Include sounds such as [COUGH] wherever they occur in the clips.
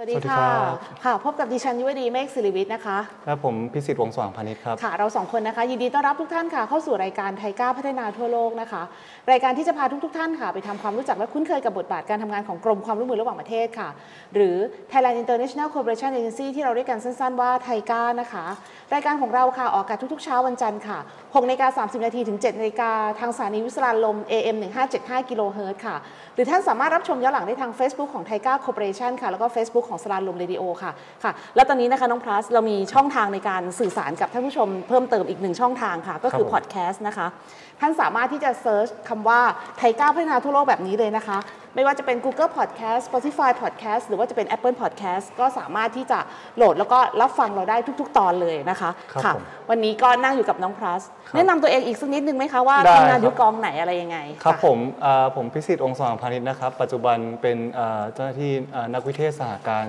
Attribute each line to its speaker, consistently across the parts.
Speaker 1: สวัสดี
Speaker 2: สวัสดี
Speaker 1: ค่ะ
Speaker 2: ครับ
Speaker 1: ค่ะ พบกับดิฉันยุวดีเมฆศิริวิทย์นะคะ
Speaker 2: ครับผมพิสิทธิ์วงศ์สว่างพานิชครับ
Speaker 1: ค่ะ เราสองคนนะคะ ยินดีต้อนรับทุกท่านค่ะ เข้าสู่รายการไทยก้าวพัฒนาทั่วโลกนะคะ รายการที่จะพาทุกทท่านค่ะ ไปทำความรู้จักและคุ้นเคยกับบทบาทการทำงานของกรมความร่วมมือระหว่างประเทศค่ะ หรือ Thailand International Cooperation Agency ที่เราเรียกกันสั้นๆว่าไทยก้านะคะ รายการของเราค่ะออกอากาศทุกๆเช้าวันจันทร์ค่ะ6นาฬิกา30นาทีถึง7นาฬิกาทางสถานีวิสรานลม AM 1575กิโลเฮิรตซ์ค่ะ หรือท่านสามารถรับชมย้อนหลังได้ทาง Facebook ของไทก้าคอร์ปอเรชันค่ะ แล้วก็ Facebook ของสรานลมเรดิโอค่ะค่ะ แล้วตอนนี้นะคะน้องพลัสเรามีช่องทางในการสื่อสารกับท่านผู้ชมเพิ่มเติมอีกหนึ่งช่องทางค่ะ ก็คือ
Speaker 2: ครับผม
Speaker 1: พอดแคสต์นะคะ ท่านสามารถที่จะเซิร์ชคำว่าไทก้าพัฒนาทั่วโลกแบบนี้เลยนะคะ ไม่ว่าจะเป็น Google Podcast Spotify Podcast หรือว่าจะเป็น Apple Podcast ก็สามารถที่จะโหลดแล้วก็รับฟังเราได้ทุก ๆ ตอนเลยนะคะ
Speaker 2: ครับผม
Speaker 1: วันนี้ก็นั่งอยู่กับน้องพลัส
Speaker 2: ครับ
Speaker 1: แนะนำตัวเองอีกสักนิดนึงไหมคะว่า
Speaker 2: ได้
Speaker 1: ทำงาน
Speaker 2: ครับ
Speaker 1: อยู่กองไหนอะไรยังไง
Speaker 2: ครับ
Speaker 1: ะ
Speaker 2: ผมเอ่อผมพิสิทธิ์องค์สว่างพานิชนะครับ ปัจจุบันเป็นเอ่อเจ้าหน้าที่เอ่อนักวิเทศสหการ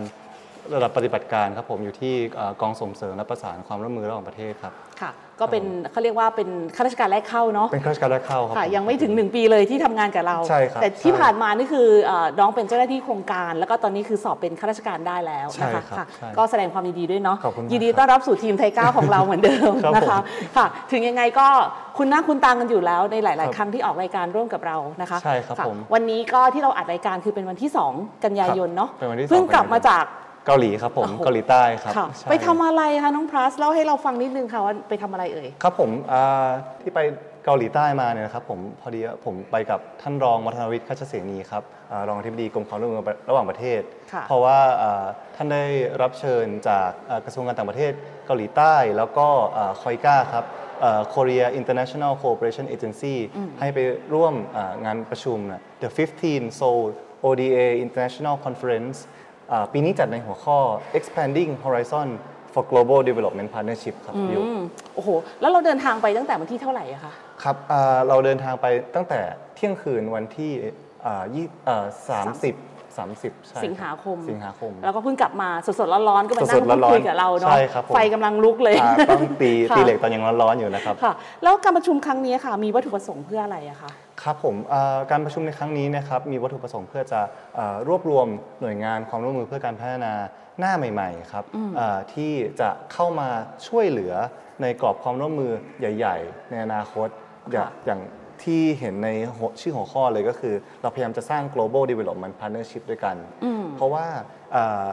Speaker 2: ระดับปฏิบัติการครับผมอยู่ที่เอ่อกองส่งเสริมและประสานความร่วมมือระหว่างประเทศครับ
Speaker 1: ค่ะก็เป็นเขาเรียกว่าเป็นข้าราชการแรกเข้าเนาะ
Speaker 2: เป็นข้าราชการแรกเข้าครับ
Speaker 1: ค่ะ
Speaker 2: ผ
Speaker 1: ยังไม่ถึง 1 ปีเลยที่ทำงานกับเรา
Speaker 2: ใช่ครับ
Speaker 1: แต่ที่
Speaker 2: ใช่
Speaker 1: ผ่านมานี่คือเอ่อน้องเป็นเจ้าหน้าที่โครงการ แล้วก็ตอนนี้คือสอบเป็นข้าราชการได้แล้วนะคะ
Speaker 2: ใช่ครับ
Speaker 1: ค่ะ
Speaker 2: ใช่
Speaker 1: ก็แสดงความยินดีด้วยเนาะ
Speaker 2: ขอบคุณมาก
Speaker 1: ยินดีต้อนรับสู่ทีมไทยก้าของเราเหมือนเดิ
Speaker 2: [LAUGHS]
Speaker 1: ม
Speaker 2: ครับ
Speaker 1: นะคะ
Speaker 2: ผม
Speaker 1: ค่ะ ถึงยังไงก็คุณหน้าคุณตากันอยู่แล้วในหลาย
Speaker 2: ครั
Speaker 1: ๆ
Speaker 2: บ
Speaker 1: ครั้งที่ออกรายการร่วมกับเรานะคะ
Speaker 2: ใช่ครับ
Speaker 1: ะ
Speaker 2: ผม
Speaker 1: วันนี้ก็ที่เราอัดรายการคือเป็นวันที่ 2 กันยายนเนาะ
Speaker 2: ครับเป็นวันที่
Speaker 1: เพิ่ง
Speaker 2: สอง
Speaker 1: ก
Speaker 2: กันยายน
Speaker 1: ลับมาจาก
Speaker 2: เกาหลีครับผม
Speaker 1: โอ้โห
Speaker 2: เกาหลีใต้ครับ
Speaker 1: ค่ะ
Speaker 2: ใช่
Speaker 1: ไปทำอะไรคะน้องพลัสเล่าให้เราฟังนิดนึงค่ะว่าไปทำอะไรเอ่ย
Speaker 2: ครับผมเอ่อที่ไปเกาหลีใต้มาเนี่ยนะครับผมพอดีผมไปกับท่านรองวัฒนวิทย์ข้าชเสนีครับเอ่อรองอธิบดีกรมความร่วมมือระหว่างประเทศ
Speaker 1: ค่ะ
Speaker 2: เพราะว่าเอ่อท่านได้รับเชิญจากเอ่อกระทรวงการต่างประเทศเกาหลีใต้แล้วก็คอยก้าครับเอ่อ Korea International Cooperation Agency ให้ไปร่วมเอ่องานประชุมนะ The 15 Seoul ODA International Conference อ่าปีนี้จัดในหัวข้อ Expanding Horizon for Global Development Partnership ครับพี่ยุ
Speaker 1: อืมโอ้โห แล้วเราเดินทางไปตั้งแต่วันที่เท่าไหร่อะคะ
Speaker 2: ครับเอ่อเราเดินทางไปตั้งแต่เที่ยงคืนวันที่เอ่อยี่เอ่อสามสิบสามสิบใช่รับ
Speaker 1: สิงหาคม
Speaker 2: สิงหาคม
Speaker 1: เราก็เพิ่งกลับมาสดๆร้อนๆก็มานั่
Speaker 2: ส
Speaker 1: ง
Speaker 2: ดๆ
Speaker 1: พูดคุ
Speaker 2: ร้อนๆ
Speaker 1: ยกับเราเนาะ
Speaker 2: ใช่ครับผม
Speaker 1: ไฟกำลังลุกเลย
Speaker 2: อ่าต้อง
Speaker 1: [LAUGHS]
Speaker 2: ตี
Speaker 1: ค่ะ
Speaker 2: ตีเหล็กตอนยังร้อนๆอยู่นะครับ
Speaker 1: ค่ะ แล้วการประชุมครั้งนี้ค่ะ มีวัตถุประสงค์เพื่ออะไรอะคะ
Speaker 2: ครับผมเอ่อการประชุมในครั้งนี้นะครับมีวัตถุประสงค์เพื่อจะเอ่อรวบรวมหน่วยงานความร่วมมือเพื่อการพัฒนาหน้าใหม่ ๆ ครับเอ่อที่จะเข้ามาช่วยเหลือในกรอบความร่วมมือใหญ่ ๆ ในอนาคตอย่า
Speaker 1: ค่ะ
Speaker 2: อย่างที่เห็นในหัวชื่อหัวข้อเลยก็คือ เราพยายามจะสร้าง global development partnership ด้วยกัน เพราะว่าเอ่อ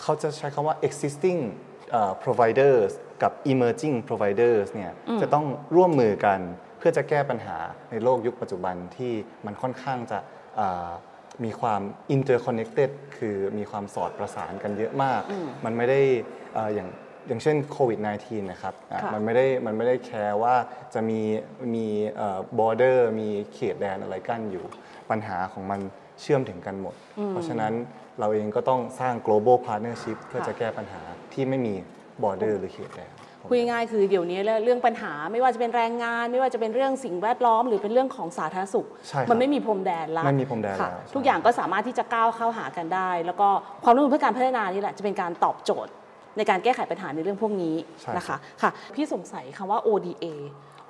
Speaker 2: เขาจะใช้คำว่า existing เอ่อ providers กับ emerging providers เนี่ยจะต้องร่วมมือกันเพื่อจะแก้ปัญหาในโลกยุคปัจจุบันที่มันค่อนข้างจะเอ่อมีความ interconnected คือมีความสอดประสานกันเยอะมาก มันไม่ได้เอ่ออย่างอย่างเช่นโควิด -19 นะครับอ่ะ
Speaker 1: ค่ะ
Speaker 2: มันไม่ได้มันไม่ได้แคร์ว่าจะมีมีเอ่อ border มีเขตแดนอะไรกั้นอยู่ ปัญหาของมันเชื่อมถึงกันหมด เพราะฉะนั้นเราเองก็ต้องสร้าง global partnership เพื่อ
Speaker 1: ค่ะ
Speaker 2: จะแก้ปัญหาที่ไม่มี border หรือเขตแดน
Speaker 1: คุยง่ายๆคือเดี๋ยวนี้เรื่องปัญหาไม่ว่าจะเป็นแรงงาน ไม่ว่าจะเป็นเรื่องสิ่งแวดล้อม หรือเป็นเรื่องของสาธารณสุข
Speaker 2: ใช่ครับ
Speaker 1: มันไม่มีพรมแดนละ
Speaker 2: ไม่มีพรมแดน
Speaker 1: ค่ะ
Speaker 2: แล้ว
Speaker 1: ทุกอย่างก็สามารถที่จะก้าวเข้าหากันได้ แล้วก็ความร่วมมือเพื่อการพัฒนานี่แหละจะเป็นการตอบโจทย์ ในการแก้ไขปัญหาในเรื่องพวกนี้
Speaker 2: ใช่
Speaker 1: นะ
Speaker 2: ครั
Speaker 1: คะ
Speaker 2: บ
Speaker 1: ค่ะพี่สงสัยคำว่า ODA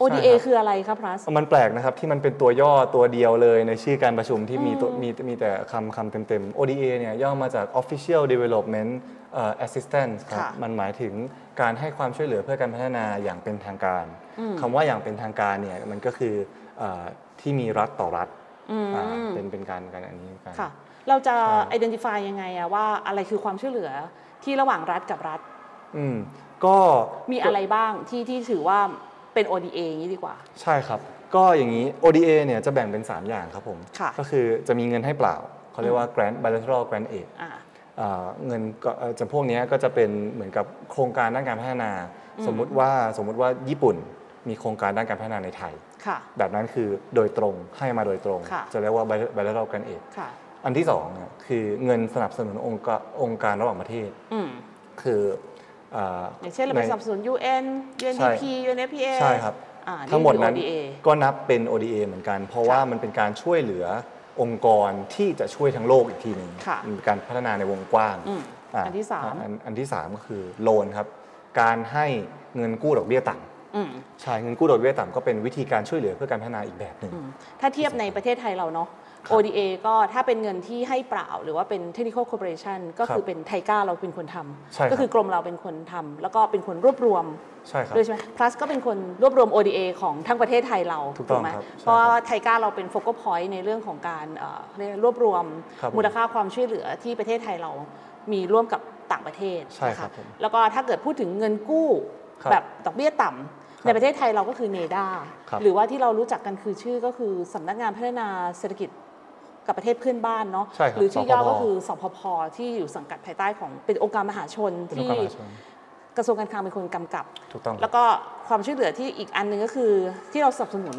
Speaker 1: ODA
Speaker 2: ใช่ครับ
Speaker 1: คืออะไรครับพลัส
Speaker 2: มันแปลกนะครับ ที่มันเป็นตัวย่อตัวเดียวเลยในชื่อการประชุมที่มีตัวมีมีแต่คำคำเต็มๆ ODA เนี่ยย่อมาจาก Official Development เอ่อ Assistance ครับ
Speaker 1: ค่ะ
Speaker 2: มันหมายถึงการให้ความช่วยเหลือเพื่อการพัฒนาอย่างเป็นทางการคำว่าอย่างเป็นทางการเนี่ยมันก็คือเออที่มีรัฐต่อรัฐอ่าเป็นเป็นการกันอันนี้กัน
Speaker 1: ค่ะ เราจะ
Speaker 2: ใช่
Speaker 1: identify ยังไงอะว่าอะไรคือความช่วยเหลือที่ระหว่างรัฐกับรัฐ
Speaker 2: อืมก็
Speaker 1: มีอะไรบ้างที่ที่ถือว่าเป็น ODA อย่างนี้ดีกว่า
Speaker 2: ใช่ครับ ก็อย่างนี้ ODA เนี่ยจะแบ่งเป็น 3 อย่างครับผม
Speaker 1: ค่ะ
Speaker 2: ก็คือจะมีเงินให้เปล่า เขาเรียกว่า grant bilateral grant aid
Speaker 1: อ่า
Speaker 2: อ่าเงินก็เอ่อจำพวกเนี้ยก็จะเป็นเหมือนกับโครงการด้านการพัฒนา สมมุติว่าสมมุติว่าญี่ปุ่นมีโครงการด้านการพัฒนาในไทย
Speaker 1: ค่ะ
Speaker 2: แบบนั้นคือโดยตรงให้มาโดยตรง
Speaker 1: ค่ะ
Speaker 2: จะเรียกว่า bilateral grant aid
Speaker 1: ค่ะ
Speaker 2: อันที่2เนี่ยคือเงินสนับสนุนองค์กรองค์การระหว่างประเทศ
Speaker 1: อืม
Speaker 2: คืออ่า
Speaker 1: อย่างเช่นเราไปสนับสนุน UN
Speaker 2: ใช่
Speaker 1: UNDP UNFPA
Speaker 2: ใช่ครับ
Speaker 1: อ่านี่
Speaker 2: ทั้งหมดนั้น
Speaker 1: คือ ODA
Speaker 2: ก็นับเป็น ODA เหมือนกัน เพราะว่ามันเป็นการช่วยเหลือองค์กรที่จะช่วยทั้งโลกอีกทีหนึ่ง
Speaker 1: ค่ะ
Speaker 2: มันเป็นการพัฒนาในวงกว้าง
Speaker 1: อืม
Speaker 2: ะ
Speaker 1: อันที่สาม
Speaker 2: อันอันที่สามก็คือโลนครับ การให้เงินกู้ดอกเบี้ยต่
Speaker 1: อืม
Speaker 2: ำใช่เงินกู้ดอกเบี้ยต่ำก็เป็นวิธีการช่วยเหลือเพื่อการพัฒนาอีกแบบหนึ่ง
Speaker 1: ถ้าเทียบในประเทศไทยเราเนาะ
Speaker 2: ครับ
Speaker 1: ODA ก็ถ้าเป็นเงินที่ให้เปล่า หรือว่าเป็น Technical Corporation ก็คือเป็นไทก้าเราเป็นคนท
Speaker 2: ใช่ค
Speaker 1: ำ
Speaker 2: รับ
Speaker 1: ก็คือกรมเราเป็นคนทำแล้วก็เป็นคนรวบรวม
Speaker 2: ใช่ครับ
Speaker 1: ด้วยใช่ไหม plus ก็เป็นคนรวบรวม ODA ของทั้งประเทศไทยเรา
Speaker 2: ถูกต้อง
Speaker 1: ไหม
Speaker 2: ครับ
Speaker 1: เพราะไทก้าเราเป็นโฟกัสพอยต์ในเรื่องของการเอ่อเรียกรวบรวม
Speaker 2: ครับผม
Speaker 1: มูลค่าความช่วยเหลือที่ประเทศไทยเรามีร่วมกับต่างประเทศ
Speaker 2: ใช่
Speaker 1: นะครับ
Speaker 2: ผม
Speaker 1: แล้วก็ถ้าเกิดพูดถึงเงินกู้
Speaker 2: ครับ
Speaker 1: แบบดอกเบี้ยต่ำ
Speaker 2: ครับ
Speaker 1: ในประเทศไทยเราก็คือเนดา
Speaker 2: ครับ
Speaker 1: หรือว่าที่เรารู้จักกันคือชื่อก็คือสำนักงานพัฒนาเศรษฐกิจกับประเทศเพื่อนบ้านเนาะ
Speaker 2: ใช่ครั
Speaker 1: ห
Speaker 2: บ
Speaker 1: รือชื่อย่อ
Speaker 2: สพพ
Speaker 1: ก็คือสพพที่อยู่สังกัดภายใต้ของเป็นองค์การมหาชน
Speaker 2: เป็นอง
Speaker 1: ที่
Speaker 2: ค์การมหาชน
Speaker 1: กระทรวงการคลังเป็นคนกำกับ
Speaker 2: ถูกต้องครับ
Speaker 1: แล้วก็ความช่วยเหลือที่อีกอันหนึงก็คือที่เราสนับสนุน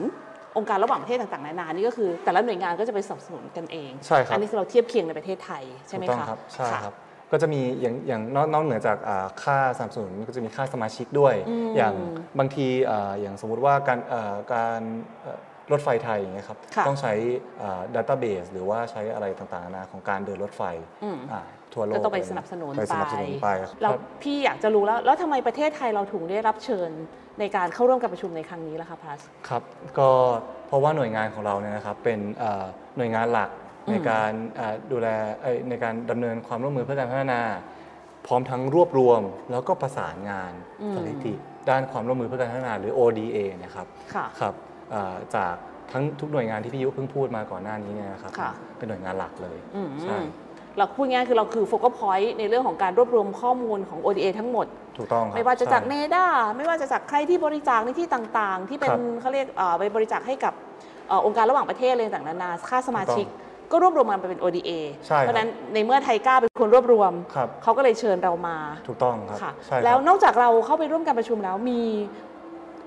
Speaker 1: องค์การระหว่างประเทศต่างๆนานานี่ก็คือ แต่ละหน่วยงานก็จะไปสนับสนุนกันเอง
Speaker 2: ใช่ครับ
Speaker 1: อันี้คือเราเทียบเคียงในประเทศไทยใช่ไหม
Speaker 2: ถูกต้อง
Speaker 1: คะ
Speaker 2: ครับใช่
Speaker 1: ะ
Speaker 2: ครับก็จะมีอย่างอย่างนอกนอกเหนือจากอ่าค่าสนับสนุนก็จะมีค่าสมาชิกด้วย อย่างบางทีอ่าอย่างสมมุติว่าการเอ่อการเอ่อรถไฟไทยอย่างเงี้ยครับ
Speaker 1: ค่ะ
Speaker 2: ต้องใช้ดัตต้าเบสหรือว่าใช้อะไรต่างๆนานาของการเดินรถไฟ
Speaker 1: อืม
Speaker 2: อ่าทั่วโลก
Speaker 1: ก็ต้องไปสนับสนุน
Speaker 2: ไปสนับสนุนไปครับ
Speaker 1: แล้วพี่อยากจะรู้แล้ว แล้วทำไมประเทศไทยเราถึงได้รับเชิญในการเข้าร่วมการประชุมในครั้งนี้ล่ะคะพลัส
Speaker 2: ครับก็เพราะว่าหน่วยงานของเราเนี่ยนะครับเป็นอ่าหน่วยงานหลักในการอ่าดูแลเอ้ยในการดำเนินความร่วมมือเพื่อการพัฒนา พร้อมทั้งรวบรวมแล้วก็ประสานงาน
Speaker 1: อืม
Speaker 2: สถิติด้านความร่วมมือเพื่อการพัฒนาหรือ ODA นะครับ
Speaker 1: ค่ะ
Speaker 2: ครับเอ่อจากทั้งทุกหน่วยงานที่พี่ยุเพิ่งพูดมาก่อนหน้านี้เนี่ยนะครับ
Speaker 1: ค่ะ
Speaker 2: เป็นหน่วยงานหลักเลย
Speaker 1: อืม
Speaker 2: ใช่
Speaker 1: เราพูดง่ายๆคือเราคือโฟกัสพอยต์ในเรื่องของการรวบรวมข้อมูลของ ODA ทั้งหมด
Speaker 2: ถูกต้องครับ
Speaker 1: ไม่ว่าจะจากเน
Speaker 2: ใช่
Speaker 1: ด้าไม่ว่าจะจากใครที่บริจาคในที่ต่างๆ ที่เป็
Speaker 2: คน รับ
Speaker 1: เขาเรียกเอ่อไปบริจาคให้กับเอ่อองค์การระหว่างประเทศอะไรต่างๆนานาค่าสมาชิก ก็รวบรวมมันไปเป็น ODA
Speaker 2: ใช่
Speaker 1: เพราะ
Speaker 2: ครับ
Speaker 1: ฉะนั้นในเมื่อไทก้าเป็นคนรวบรวม
Speaker 2: ครับ
Speaker 1: เขาก็เลยเชิญเรามา
Speaker 2: ถูกต้องครับ
Speaker 1: ค่ะ
Speaker 2: ใช่ครับ
Speaker 1: แล้วนอกจากเราเข้าไปร่วมการประชุมแล้วมี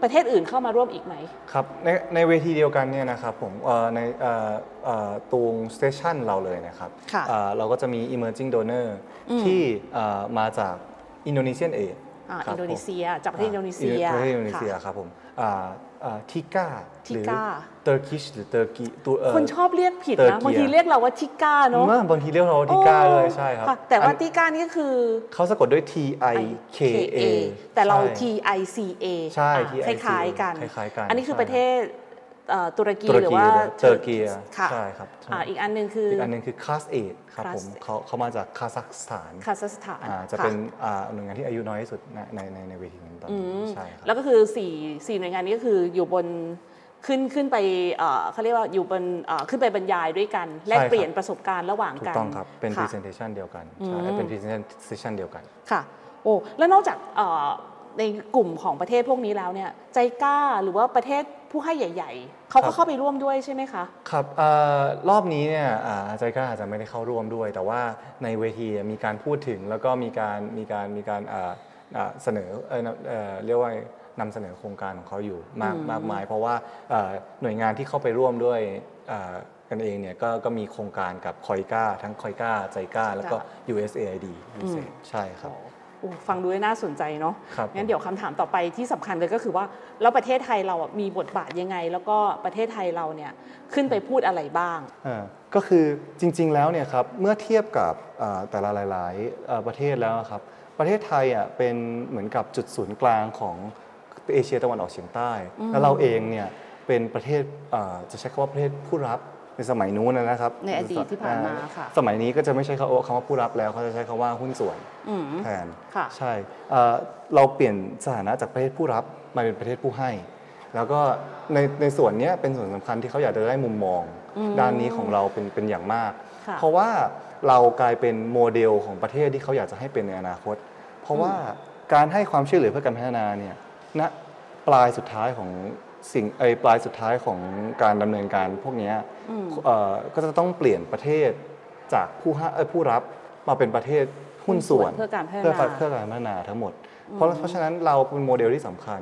Speaker 1: ประเทศอื่นเข้ามาร่วมอีกไหม
Speaker 2: ครับในในเวทีเดียวกันเนี่ยนะครับผมเอ่อในเอ่อเอ่อตรงสเตชันเราเลยนะครับ
Speaker 1: ค่ะ
Speaker 2: เอ่อเราก็จะมี emerging donor
Speaker 1: อืม
Speaker 2: ที่เอ่อมาจากอินโดนีเซียเอง
Speaker 1: อ่าอินโดนีเซีย จากประเทศอินโดนีเซีย
Speaker 2: ประเทศอินโดนีเซีย
Speaker 1: ค่ะ
Speaker 2: ครับผมทิก้า
Speaker 1: Tika
Speaker 2: เตอร์กิชหรือ Turkey ตัวเอ่อ
Speaker 1: คนชอบเรียกผิดนะ
Speaker 2: Turkey
Speaker 1: บางทีเรียกเราว่าทิก้าเนาะ
Speaker 2: ว่าบางทีเรียกเราว่าทิก้าเลยใช่ครับ
Speaker 1: บแต่ว่า
Speaker 2: อัน
Speaker 1: ทิก้านี่คือ
Speaker 2: เขาสะกดด้วย T I K A
Speaker 1: แต่เรา
Speaker 2: ใช่
Speaker 1: TICA
Speaker 2: ใช่
Speaker 1: อ่ะ
Speaker 2: TICA
Speaker 1: คล้ายๆกัน
Speaker 2: คล้ายๆกัน
Speaker 1: อันนี้คือ
Speaker 2: ใช่
Speaker 1: ประเทศเอ่อตุรกี
Speaker 2: ตุร
Speaker 1: หรือ
Speaker 2: กี
Speaker 1: ว่า
Speaker 2: และเตอร์เกีย
Speaker 1: ค่ะ
Speaker 2: ใช่ครับใช่
Speaker 1: อ่ะ อีกอันหนึงคือ
Speaker 2: อีก
Speaker 1: อ
Speaker 2: อันหนึงคือคลาสเอครับผม
Speaker 1: Class
Speaker 2: เขาเขามาจากคาซัคสถาน
Speaker 1: คาซัคสถาน
Speaker 2: อ่าจะ
Speaker 1: ค่
Speaker 2: เป็นอ่าหน่วยงานที่อายุน้อยที่สุดในในในในเวทีนี้ตอน
Speaker 1: อื
Speaker 2: นี้
Speaker 1: ม
Speaker 2: ใช่ครับ
Speaker 1: แล้วก็คือ4สี่หน่วยงานนี้ก็คืออยู่บนขึ้นขึ้นไปเอ่อเขาเรียกว่าอยู่บนเอ่อขึ้นไปบรรยายด้วยกัน แลก
Speaker 2: ใช่ครับ
Speaker 1: เปลี่ยนประสบการณ์ระหว่าง
Speaker 2: ถู
Speaker 1: กั
Speaker 2: ก
Speaker 1: น
Speaker 2: ต้องครับ เป็น
Speaker 1: ค่ะ
Speaker 2: presentation เดียวกันใช่เป็น presentation เดียวกัน
Speaker 1: ค่ะโอ้แล้วนอกจากเอ่อในกลุ่มของประเทศพวกนี้แล้วเนี่ยใจกล้าหรือว่าประเทศผู้ให้ใหญ่ ๆเขา
Speaker 2: ครั
Speaker 1: ก็
Speaker 2: บ
Speaker 1: เข้าไปร่วมด้วยใช่ไหมคะ
Speaker 2: ครับเออรอบนี้เนี่ยอ่าอาจารย์ก็อาจจะไม่ได้เข้าร่วมด้วย แต่ว่าในเวทีมีการพูดถึงแล้วก็มีการมีการมีการอ่าอ่าเสนอเอ่อนำเอ่อเรียกว่านำเสนอโครงการของเขาอยู่มากมากมาย เพราะว่าเอ่อหน่วยงานที่เข้าไปร่วมด้วยอ่ากันเองเนี่ยก็ก็มีโครงการกับคอยก้าทั้งคอยก้าใจก้าแล้วก็ USAID พิเศษใช่ครับ
Speaker 1: โอ้ฟังดูน่าสนใจเนาะ
Speaker 2: ครับ
Speaker 1: งั้นเดี๋ยวคำถามต่อไปที่สำคัญเลยก็คือว่า แล้วประเทศไทยเราอ่ะมีบทบาทยังไง แล้วก็ประเทศไทยเราเนี่ยขึ้นไปพูดอะไรบ้าง
Speaker 2: อ่าก็คือจริงๆแล้วเนี่ยครับเมื่อเทียบกับอ่าแต่ละหลายๆเอ่อประเทศแล้วอะครับประเทศไทยอ่ะเป็นเหมือนกับจุดศูนย์กลางของเอเชียตะวันออกเฉียงใต้ แล้วเราเองเนี่ยเป็นประเทศอ่าจะใช้คำว่าประเทศผู้รับในสมัยนู้นนะนะครับ
Speaker 1: ในอดีตที่ผ่านมาค่ะ
Speaker 2: สมัยนี้ก็จะไม่ใช้คำว่าคำว่าผู้รับแล้วเขาจะใช้คำว่าหุ้นส่วน
Speaker 1: อืม
Speaker 2: แทน
Speaker 1: ค่ะ
Speaker 2: ใช่เอ่อเราเปลี่ยนสถานะจากประเทศผู้รับมาเป็นประเทศผู้ให้ แล้วก็ในในส่วนเนี้ยเป็นส่วนสำคัญที่เขาอยากจะได้มุมมอง ด้านนี้ของเราเป็นเป็นอย่างมาก
Speaker 1: ค่ะ
Speaker 2: เพราะว่าเรากลายเป็นโมเดลของประเทศที่เขาอยากจะให้เป็นในอนาคต เพราะว่าการให้ความช่วยเหลือเพื่อการพัฒนาเนี่ยณปลายสุดท้ายของสิ่งไอยปลายสุดท้ายของการดำเนินการพวกเนี้ยเอ่อก็จะต้องเปลี่ยนประเทศจากผู้ให้เอ้ยผู้รับมาเป็นประเทศหุ้นส่วน
Speaker 1: เพื่อการพัฒ
Speaker 2: เพื่อ
Speaker 1: นา
Speaker 2: เพื่อการพัฒนาทั้งหมด เพราะเพราะฉะนั้นเราเป็นโมเดลที่สำคัญ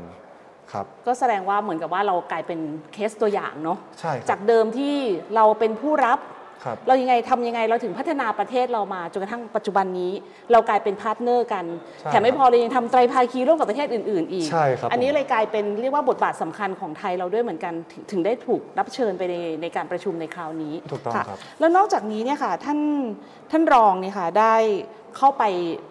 Speaker 2: ครับ
Speaker 1: ก็แสดงว่าเหมือนกับว่าเรากลายเป็นเคสตัวอย่างเนาะ
Speaker 2: ใช่ครับ
Speaker 1: จากเดิมที่เราเป็นผู้รับ
Speaker 2: ครับ
Speaker 1: เรายังไงทำยังไงเราถึงพัฒนาประเทศเรามาจนกระทั่งปัจจุบันนี้ เรากลายเป็นพาร์ทเนอร์กัน
Speaker 2: ใช่
Speaker 1: แถมไม่พอเรายังทำไตรภาคีร่วมกับประเทศอื่น ๆ อีก
Speaker 2: ใช่ครับ
Speaker 1: อันนี้
Speaker 2: ผม
Speaker 1: เลยกลายเป็นเรียกว่าบทบาทสำคัญของไทยเราด้วยเหมือนกันถึงถึงได้ถูกรับเชิญไปในในการประชุมในคราวนี้
Speaker 2: ถูกต้อง
Speaker 1: ค่ะ
Speaker 2: ครับ
Speaker 1: แล้วนอกจากนี้เนี่ยค่ะท่านท่านรองเนี่ยค่ะได้เข้าไป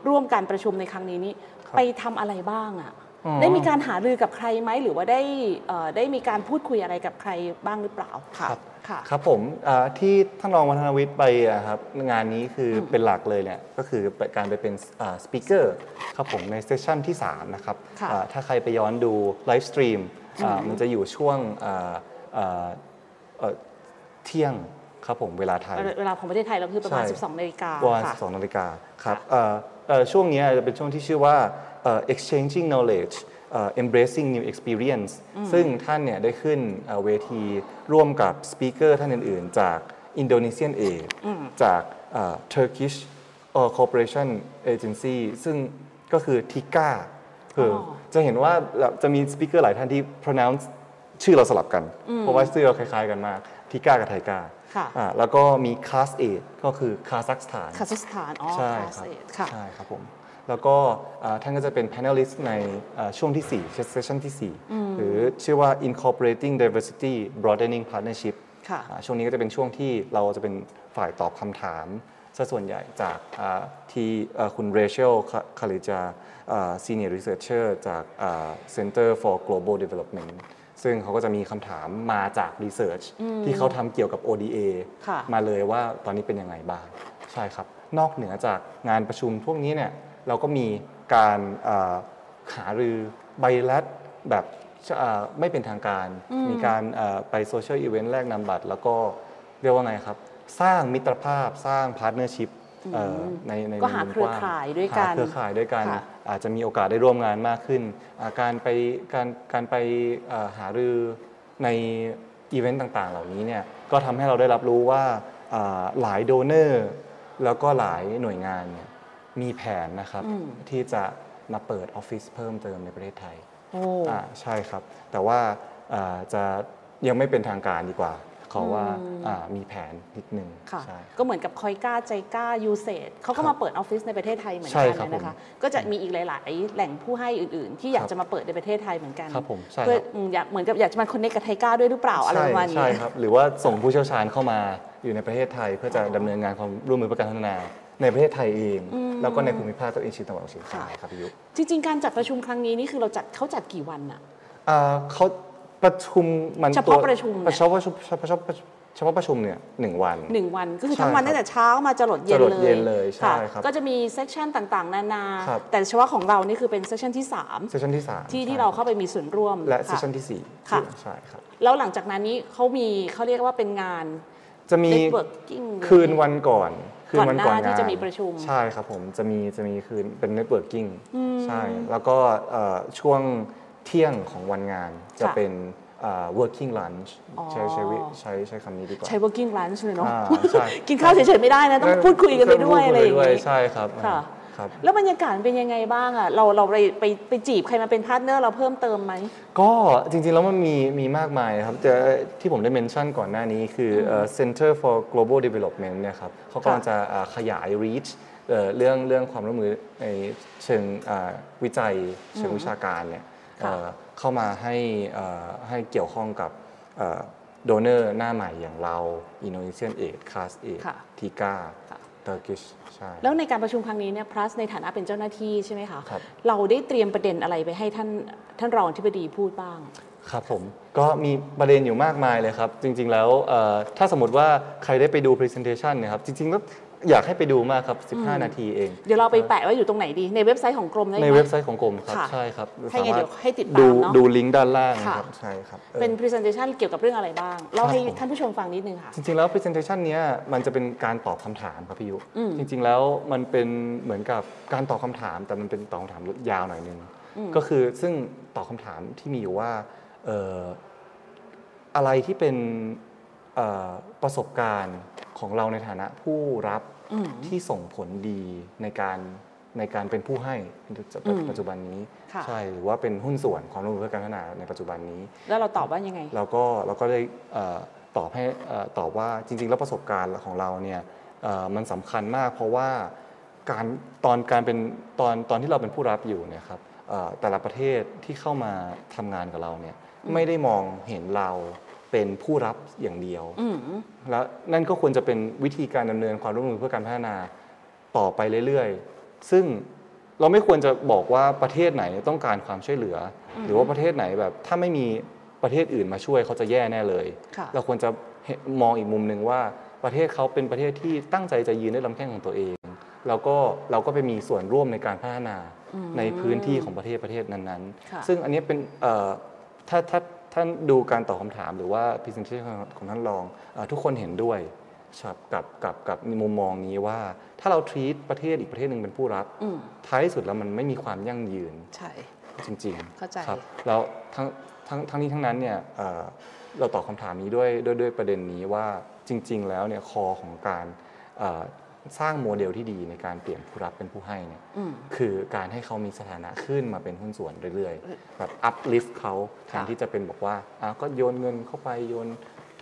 Speaker 1: ร่วมการประชุมในครั้งนี้นี่
Speaker 2: ครับ
Speaker 1: ไปทำอะไรบ้างอะ่ะ
Speaker 2: อ๋อ
Speaker 1: ได้มีการหารือกับใครไหมหรือว่าได้เอ่อได้มีการพูดคุยอะไรกับใครบ้างหรือเปล่าค่ะ
Speaker 2: ครับ
Speaker 3: ค่ะ
Speaker 2: ครับผมเอ่อที่ท่านรองวัฒนวิทย์ไปอะครับงานนี้คืออเป็นหลักเลยเนี่ยก็คือการไปเป็นสปีกเกอร์ครับผมในเซสชั่นที่ 3 นะครับ
Speaker 3: ค่ะ
Speaker 2: อ่าถ้าใครไปย้อนดูไลฟ์สตรีมอ่ามันจะอยู่ช่วงอ่าอ่าเอ่อเที่ยงครับผมเวลาไทย
Speaker 1: เวลาของประเทศไทยเราคือประมาณ
Speaker 2: ใช่
Speaker 1: 12นาฬิกา
Speaker 2: ประมาณ
Speaker 1: ค่ะ
Speaker 2: 12นาฬิกาครับเอ่อเอ่อช่วงเนี้ยจะเป็นช่วงที่ชื่อว่าเอ่อ exchanging knowledge เอ่อ embracing new experience ซึ่งท่านเนี่ยได้ขึ้นเอ่อเวทีร่วมกับสปีกเกอร์ท่านอื่น ๆ จาก Indonesian Aid จากเอ่อ Turkish เอ่อ Corporation Agency ซึ่งก็คือ TIKA คืออจะเห็นว่าแบบจะมีสปีกเกอร์หลายท่านที่ pronounce ชื่อเราสลับกัน เพราะว่าชื่อเราคล้าย ๆ กันมาก TIKA กับไทกา
Speaker 1: ค่ะ
Speaker 2: อ่าแล้วก็มี CAS Aid ก็คือคาซัคสถาน
Speaker 1: คาซัคสถานอ๋อ
Speaker 2: ใช่
Speaker 1: คา
Speaker 2: ค
Speaker 1: ซั
Speaker 2: รับ
Speaker 1: คค่ะ
Speaker 2: ใช่ครับผม แล้วก็อ่าท่านก็จะเป็น panelist ในอ่าช่วงที่ 4 session ที่ 4 หรือชื่อว่า incorporating diversity broadening partnership
Speaker 1: ค่ะ
Speaker 2: อ่าช่วงนี้ก็จะเป็นช่วงที่เราจะเป็นฝ่ายตอบคำถามซะส่วนใหญ่จากอ่าที่เอ่อคุณเรเชลคาริจาอ่า senior researcher จากอ่า Center for Global Development ซึ่งเขาก็จะมีคำถามมาจาก research ที่เขาทำเกี่ยวกับ ODA
Speaker 1: ค่ะ
Speaker 2: มาเลยว่าตอนนี้เป็นยังไงบ้าง ใช่ครับ นอกเหนือจากงานประชุมพวกนี้เนี่ยเราก็มีการเอ่อหารือใบรัดแบบเอ่อไม่เป็นทางการ มีการเอ่อไปโซเชียลอีเวนต์แลกนำบัตร แล้วก็เรียกว่าไงครับ สร้างมิตรภาพสร้างพาร์ทเนอร์ชิพในใน
Speaker 1: ก็หาเครือข่ายด้วยกัน
Speaker 2: หาเครือข่ายด้วยกัน
Speaker 1: ค่ะ
Speaker 2: อาจจะมีโอกาสได้ร่วมงานมากขึ้นอ่าการไปการการไปเอ่อหารือในอีเวนต์ต่างๆ เหล่านี้เนี่ยก็ทำให้เราได้รับรู้ว่าอ่าหลายโดเนอร์ แล้วก็หลายหน่วยงานเนี่ยมีแผนนะครับที่จะมาเปิดออฟฟิศเพิ่มเติมในประเทศไทย
Speaker 1: โอ้
Speaker 2: อ่าใช่ครับ แต่ว่าอ่าจะยังไม่เป็นทางการดีกว่า ขอว่าอ่ามีแผนนิดนึง
Speaker 1: ค่ะ
Speaker 2: ใช่
Speaker 1: ก็เหมือนกับคอยก้าใจก้ายูเซดเขาก็
Speaker 2: ครับ
Speaker 1: มาเปิดออฟฟิศในประเทศไทยเหมือน
Speaker 2: ใช่
Speaker 1: กัน
Speaker 2: ครับ
Speaker 1: นะคะ
Speaker 2: ผ
Speaker 1: ก็จะมีอีกหลาย ๆ แหล่งผู้ให้อื่น ๆ ที่อยาก
Speaker 2: ครับ
Speaker 1: จะมาเปิดในประเทศไทยเหมือนกัน
Speaker 2: ครับผมใช่
Speaker 1: เพื่อ
Speaker 2: ครับ
Speaker 1: อืมอยากเหมือนกับอยากจะมาคอนเนคกับไทก้าด้วยหรือเปล่าอะไรประมาณนี้
Speaker 2: ใช่ใช่ครับ หรือว่าส่งผู้เชี่ยวชาญเข้ามาอยู่ในประเทศไทย เพื่อจะดำเนินงานความร่วมมือเพื่อการพัฒนาในประเทศไทยเอง แล้วก็ในภูมิภาคตะวันออกเฉียงตะวันออกเฉียงใต้ครับพี่ยุ
Speaker 1: จริง ๆ การจัดประชุมครั้งนี้นี่คือเราจัดเขาจัดกี่วันอะ
Speaker 2: เอ่อเขาประชุมมัน
Speaker 1: เฉพาะ
Speaker 2: ตัว
Speaker 1: ประชุมเนี่ย
Speaker 2: เฉพาะประชุมเฉพาะเฉพาะประชุมเนี่ยหนึ่งวัน
Speaker 1: หนึ่งวันก็คือ
Speaker 2: ใช่
Speaker 1: ทั้งวัน
Speaker 2: ครับ
Speaker 1: ตั้งแต่เช้ามาจะหลดเย็น
Speaker 2: จะหล
Speaker 1: เลย
Speaker 2: ดเย็นเลยใช่
Speaker 1: ค่ะ
Speaker 2: ครับ
Speaker 1: ก็จะมีเซสชันต่างๆ นานา
Speaker 2: ครับ
Speaker 1: แต่เฉพาะของเรานี่คือเป็นเซสชันที่
Speaker 2: เซสชั่นที่สาม
Speaker 1: 3 ที่
Speaker 2: ใช่
Speaker 1: ที่เราเข้าไปมีส่วนร่วม
Speaker 2: และเซ
Speaker 1: ค่
Speaker 2: สชั่นที่สี่
Speaker 1: ค่ะ
Speaker 2: ใช่ครับ
Speaker 1: แล้วหลังจากนั้นนี้เขามีเขาเรียกว่าเป็นงาน
Speaker 2: จะมี
Speaker 1: networking
Speaker 2: คืนวันก่อน คืน
Speaker 1: ก่อน
Speaker 2: วันก่อน
Speaker 1: หน้าที่
Speaker 2: งาน
Speaker 1: จะมีประชุม
Speaker 2: ใช่ครับผมจะมีจะมีคืนเป็นเน็ตเวิร์กิ่งใช่ แล้วก็เอ่อช่วงเที่ยงของวันงานจะเป็นเอ่อ working lunch ใช้ใช้วิใช้ใช้คำนี้ดีกว่า
Speaker 1: ใช้ working lunch เลยเนาะ
Speaker 2: อ่าใช่
Speaker 1: กินข้าวเฉยๆไม่ได้นะ ต้องพูดคุยกันไปด้วยอะไรอย่าง
Speaker 2: พูดคุ
Speaker 1: เงี้
Speaker 2: กั
Speaker 1: ย
Speaker 2: นใช่ครับ
Speaker 1: ค่ะ
Speaker 2: ครับ
Speaker 1: แล้วบรรยากาศเป็นยังไงบ้างอะเราเราไปไปไปจีบใครมาเป็นพาร์ทเนอร์เราเพิ่มเติมไหม
Speaker 2: ก็จริงๆ แล้วมันมีมีมากมายนะครับแต่ที่ผมได้เมนชั่นก่อนหน้านี้คือเอ่อ Center for Global Development เนี่ยครับเขากำลังจะอ่าขยาย reach เอ่อเรื่องเรื่องความร่วมมือในเชิงอ่าวิจัยเชิงวิชาการเนี่ย
Speaker 1: ค่ะ
Speaker 2: เอ่อเข้ามาให้เอ่อให้เกี่ยวข้องกับโดเนอร์หน้าใหม่อย่างเรา Indonesian Aid, CAS Aid,
Speaker 1: ค่ะ
Speaker 2: TIKA,
Speaker 1: ค่ะ
Speaker 2: Turkish ใช่
Speaker 1: แล้วในการประชุมครั้งนี้เนี่ยพลัสในฐานะเป็นเจ้าหน้าที่ใช่ไหมคะ
Speaker 2: ครับ
Speaker 1: เราได้เตรียมประเด็นอะไรไปให้ท่านท่านรองที่บดีพูดบ้าง
Speaker 2: ครับผมก็มีประเด็นอยู่มากมายเลยครับ จริง ๆ แล้วเอ่อถ้าสมมติว่าใครได้ไปดู Presentation เนยครับจริงๆก็อยากให้ไปดูมากครับ 15 นาทีเอง
Speaker 1: เดี๋ยวเราไปแปะไว้อยู่ตรงไหนดี ในเว็บไซต์ของกรมได้ไหม
Speaker 2: ในเว็บไซต์ของกรมครับ
Speaker 1: ค่ะ
Speaker 2: ใช่ครับ
Speaker 1: ถ้าอย่างนั้นเดี๋ยวให้ติดตาม
Speaker 2: ดู
Speaker 1: เนอะ
Speaker 2: ดูลิงก์ด้านล่าง
Speaker 1: ค่ะ
Speaker 2: ครับใช่ครับเออ
Speaker 1: เป็น presentation เกี่ยวกับเรื่องอะไรบ้าง เราให้
Speaker 2: ครับผม
Speaker 1: ท่านผู้ชมฟังนิดนึงค่ะ
Speaker 2: จริงๆ แล้ว presentation เนี้ยมันจะเป็นการตอบคำถามครับพี่ยุ จริงๆ แล้วมันเป็นเหมือนกับการตอบคำถาม แต่มันเป็นตอบคำถามยาวหน่อยนึง ก็คือซึ่งตอบคำถามที่มีอยู่ว่าเอ่ออะไรที่เป็นเอ่อประสบการณ์ของเราในฐานะผู้รับที่ส่งผลดีในการในการเป็นผู้ให้ปัจจุบันนี้
Speaker 1: ค่ะ
Speaker 2: ใช่หรือว่าเป็นหุ้นส่วนความร่วมมือเพื่อการพัฒนาในปัจจุบันนี้
Speaker 1: แล้วเราตอบว่ายังไง
Speaker 2: เราก็เราก็ได้เอ่อตอบให้เอ่อตอบว่าจริง ๆ แล้วประสบการณ์ของเราเนี่ยเอ่อมันสำคัญมากเพราะว่าการตอนการเป็นตอนตอนที่เราเป็นผู้รับอยู่เนี่ยครับเอ่อแต่ละประเทศที่เข้ามาทำงานกับเราเนี่ยไม่ได้มองเห็นเราเป็นผู้รับอย่างเดียว และนั่นก็ควรจะเป็นวิธีการดำเนินความร่วมมือเพื่อการพัฒนาต่อไปเรื่อยๆ ซึ่งเราไม่ควรจะบอกว่าประเทศไหนต้องการความช่วยเหลืออหรือว่าประเทศไหนแบบถ้าไม่มีประเทศอื่นมาช่วยเขาจะแย่แน่เลย
Speaker 1: ค่ะ
Speaker 2: เราควรจะ เห็นมองอีกมุมหนึ่งว่าประเทศเขาเป็นประเทศที่ตั้งใจจะยืนด้วยลำแข้งของตัวเอง แล้วก็เราก็ไปมีส่วนร่วมในการพัฒนาในพื้นที่ของประเทศประเทศนั้น
Speaker 1: ค่ะ
Speaker 2: ๆ ซึ่งอันนี้เป็นเอ่อถ้าถ้าท่านดูการตอบคำถามหรือว่า presentation ของของท่านรองเอ่อทุกคนเห็นด้วยครับกับกับกับมุมมองนี้ว่า ถ้าเรา treat ประเทศอีกประเทศหนึ่งเป็นผู้รับ
Speaker 1: อืม
Speaker 2: ท้ายที่สุดแล้วมันไม่มีความยั่งยืน
Speaker 1: ใช่
Speaker 2: จริงๆ
Speaker 1: เข้าใจ
Speaker 2: ครับแล้วทั้งทั้งทั้งนี้ทั้งนั้นเนี่ยเอ่อเราตอบคำถามนี้ด้วยด้วยด้วยประเด็นนี้ว่าจริง ๆ แล้วเนี่ยคอของการเอ่อสร้างโมเดลที่ดีในการเปลี่ยนผู้รับเป็นผู้ให้เนี่ย
Speaker 1: อืม
Speaker 2: คือการให้เขามีสถานะขึ้นมาเป็นหุ้นส่วนเรื่อยๆแบบอัพลิฟต์เขาแทน
Speaker 1: ค่ะ
Speaker 2: ที่จะเป็นบอกว่าอ้าวก็โยนเงินเข้าไปโยน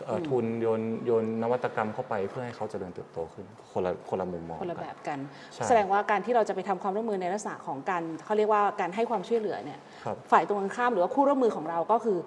Speaker 2: เอ่ออทุนโยนโยนนวัตกรรมเข้าไปเพื่อให้เขาเจริญเติบโตขึ้นคนละคนละมุมมอง
Speaker 1: คนละ
Speaker 2: กั
Speaker 1: แบบกัน
Speaker 2: ใช่
Speaker 1: แสดงว่าการที่เราจะไปทำความร่วมมือในลักษณะของการเขาเรียกว่าการให้ความช่วยเหลือเนี่ย
Speaker 2: ครับ
Speaker 1: ฝ่ายตรงกันข้ามหรือว่าคู่ร่วมมือของเราก็คือ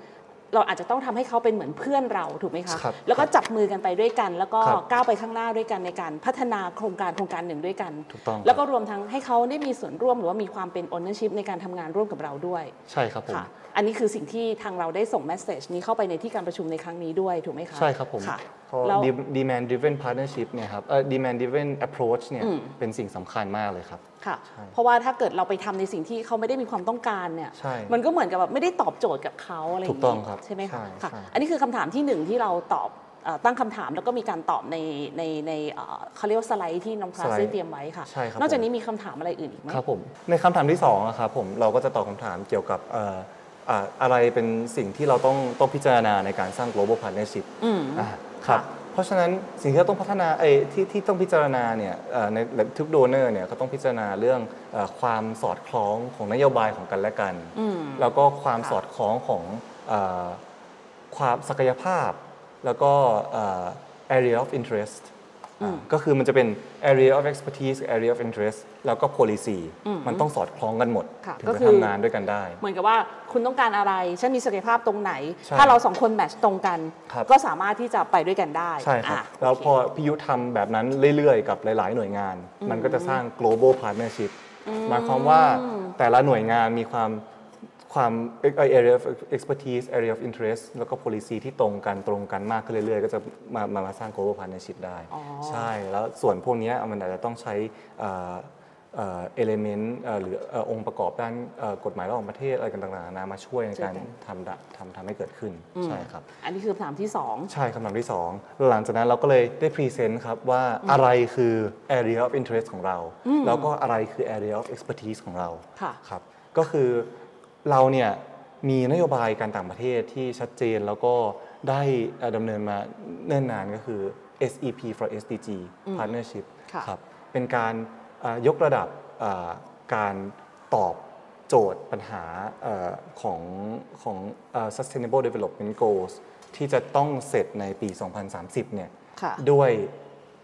Speaker 1: เราอาจจะต้องทำให้เขาเป็นเหมือนเพื่อนเราถูกไหมคะ
Speaker 2: ครับ
Speaker 1: แล้วก็จับมือกันไปด้วยกัน แล้วก็
Speaker 2: ครับ
Speaker 1: ก้าวไปข้างหน้าด้วยกันในการพัฒนาโครงการโครงการหนึ่งด้วยกัน
Speaker 2: ถูกต้องครับ
Speaker 1: แล้วก็รวมทั้งให้เขาได้มีส่วนร่วมหรือว่ามีความเป็น ownership ในการทำงานร่วมกับเราด้วย
Speaker 2: ใช่ครับผม
Speaker 1: ค่ะ อันนี้คือสิ่งที่ทางเราได้ส่ง message นี้เข้าไปในที่การประชุมในครั้งนี้ด้วยถูกไหมคะ
Speaker 2: ใช่ครับผม
Speaker 1: ค่ะ
Speaker 2: ก็
Speaker 1: แล้ว
Speaker 2: de- demand driven partnership เนี่ยครับเอ่อ demand driven approach เนี่ย
Speaker 1: อืม
Speaker 2: เป็นสิ่งสำคัญมากเลยครับ
Speaker 1: ค่ะ
Speaker 2: ใช่
Speaker 1: เพราะว่าถ้าเกิดเราไปทำในสิ่งที่เขาไม่ได้มีความต้องการเนี่ย
Speaker 2: ใช่
Speaker 1: มันก็เหมือนกับแบบไม่ได้ตอบโจทย์กับเขาอะไรอย่าง
Speaker 2: ถูกต้
Speaker 1: เงี้
Speaker 2: องครับ
Speaker 1: ยใช่ไหมคะ
Speaker 2: ใช่
Speaker 1: ค่ะ
Speaker 2: ใช่
Speaker 1: อันนี้คือคำถามที่หนึ่งที่เราตอบเอ่อตั้งคำถามแล้วก็มีการตอบในในในเอ่อเขาเรียกว่าสไลด์ที่น้องพลาสได้เตรียมไว้ค่ะ
Speaker 2: ใช่ครับ
Speaker 1: นอกจาก
Speaker 2: ผม
Speaker 1: นี้มีคำถามอะไรอื่นอีกไหม
Speaker 2: ครับผมในคำถามที่2องอะครับผมเราก็จะตอบคำถามเกี่ยวกับเอ่ออ่าอะไรเป็นสิ่งที่เราต้องต้องพิจารณาในการสร้าง global partnership
Speaker 1: อืม
Speaker 2: อ่าครับเพราะฉะนั้นสิ่งที่เราต้องพัฒนาเอยที่ที่ต้องพิจารณาเนี่ยเอ่อในทุกโดเนอร์เนี่ยก็ต้องพิจารณาเรื่องเออความสอดคล้องของนโยบายของกันและกัน
Speaker 1: อืม
Speaker 2: แล้วก็ความสอดคล้องของเออความศักยภาพ แล้วก็เอ่อ area of interest อ่าก็คือมันจะเป็น area of expertise area of interest แล้วก็ policy มันต้องสอดคล้องกันหมด
Speaker 1: ค่ะ
Speaker 2: ถึง
Speaker 1: ก็
Speaker 2: จะ
Speaker 1: คือ
Speaker 2: ทำงานด้วยกันได้
Speaker 1: เหมือนกับว่าคุณต้องการอะไร ฉันมีศักยภาพตรงไหน
Speaker 2: ใช่
Speaker 1: ถ้าเราสองคนแมทช์ตรงกัน
Speaker 2: ครับ
Speaker 1: ก็สามารถที่จะไปด้วยกันได้
Speaker 2: ใช่ครับ
Speaker 1: อ่ะ
Speaker 2: แล้ว
Speaker 1: โเค
Speaker 2: พอพิยุทธ์ทำแบบนั้นเรื่อยๆ กับหลาย ๆ หน่วยงาน มันก็จะสร้าง global partnership หมายความว่าแต่ละหน่วยงานมีความความ area of expertise area of interest แล้วก็ policy ที่ตรงกันตรงกันมากขึ้นเรื่อยๆ ก็จะมามามาสร้าง global partnership ได้
Speaker 1: อ๋อ
Speaker 2: ใช่ แล้วส่วนพวกเนี้ยมันอาจจะต้องใช้เอ่อเอ่อ element เอ่อหรือเอ่อองค์ประกอบด้านเอ่อกฎหมายระหว่างประเทศอะไรกันต่างๆนานามาช่วยในการทำดะทำทำให้เกิดขึ้นใช่ครับ
Speaker 1: อันนี้คือคำถามที่สอง
Speaker 2: ใช่คำถามที่ 2 หลังจากนั้นเราก็เลยได้พรีเซนต์ครับว่าอะไรคือ area of interest ของเรา แล้วก็อะไรคือ area of expertise ของเรา
Speaker 1: ค่ะ
Speaker 2: ครับก็คือเราเนี่ยมีนโยบายการต่างประเทศที่ชัดเจนแล้วก็ได้เอ่อดำเนินมาเนิ่นนานก็คือ SEP for SDG partnership
Speaker 1: ค่ะ
Speaker 2: ครับเป็นการเอ่อยกระดับเอ่อการตอบโจทย์ปัญหาเอ่อของของเอ่อ sustainable development goals ที่จะต้องเสร็จในปี 2030 เนี่ย
Speaker 1: ค่ะ
Speaker 2: ด้วย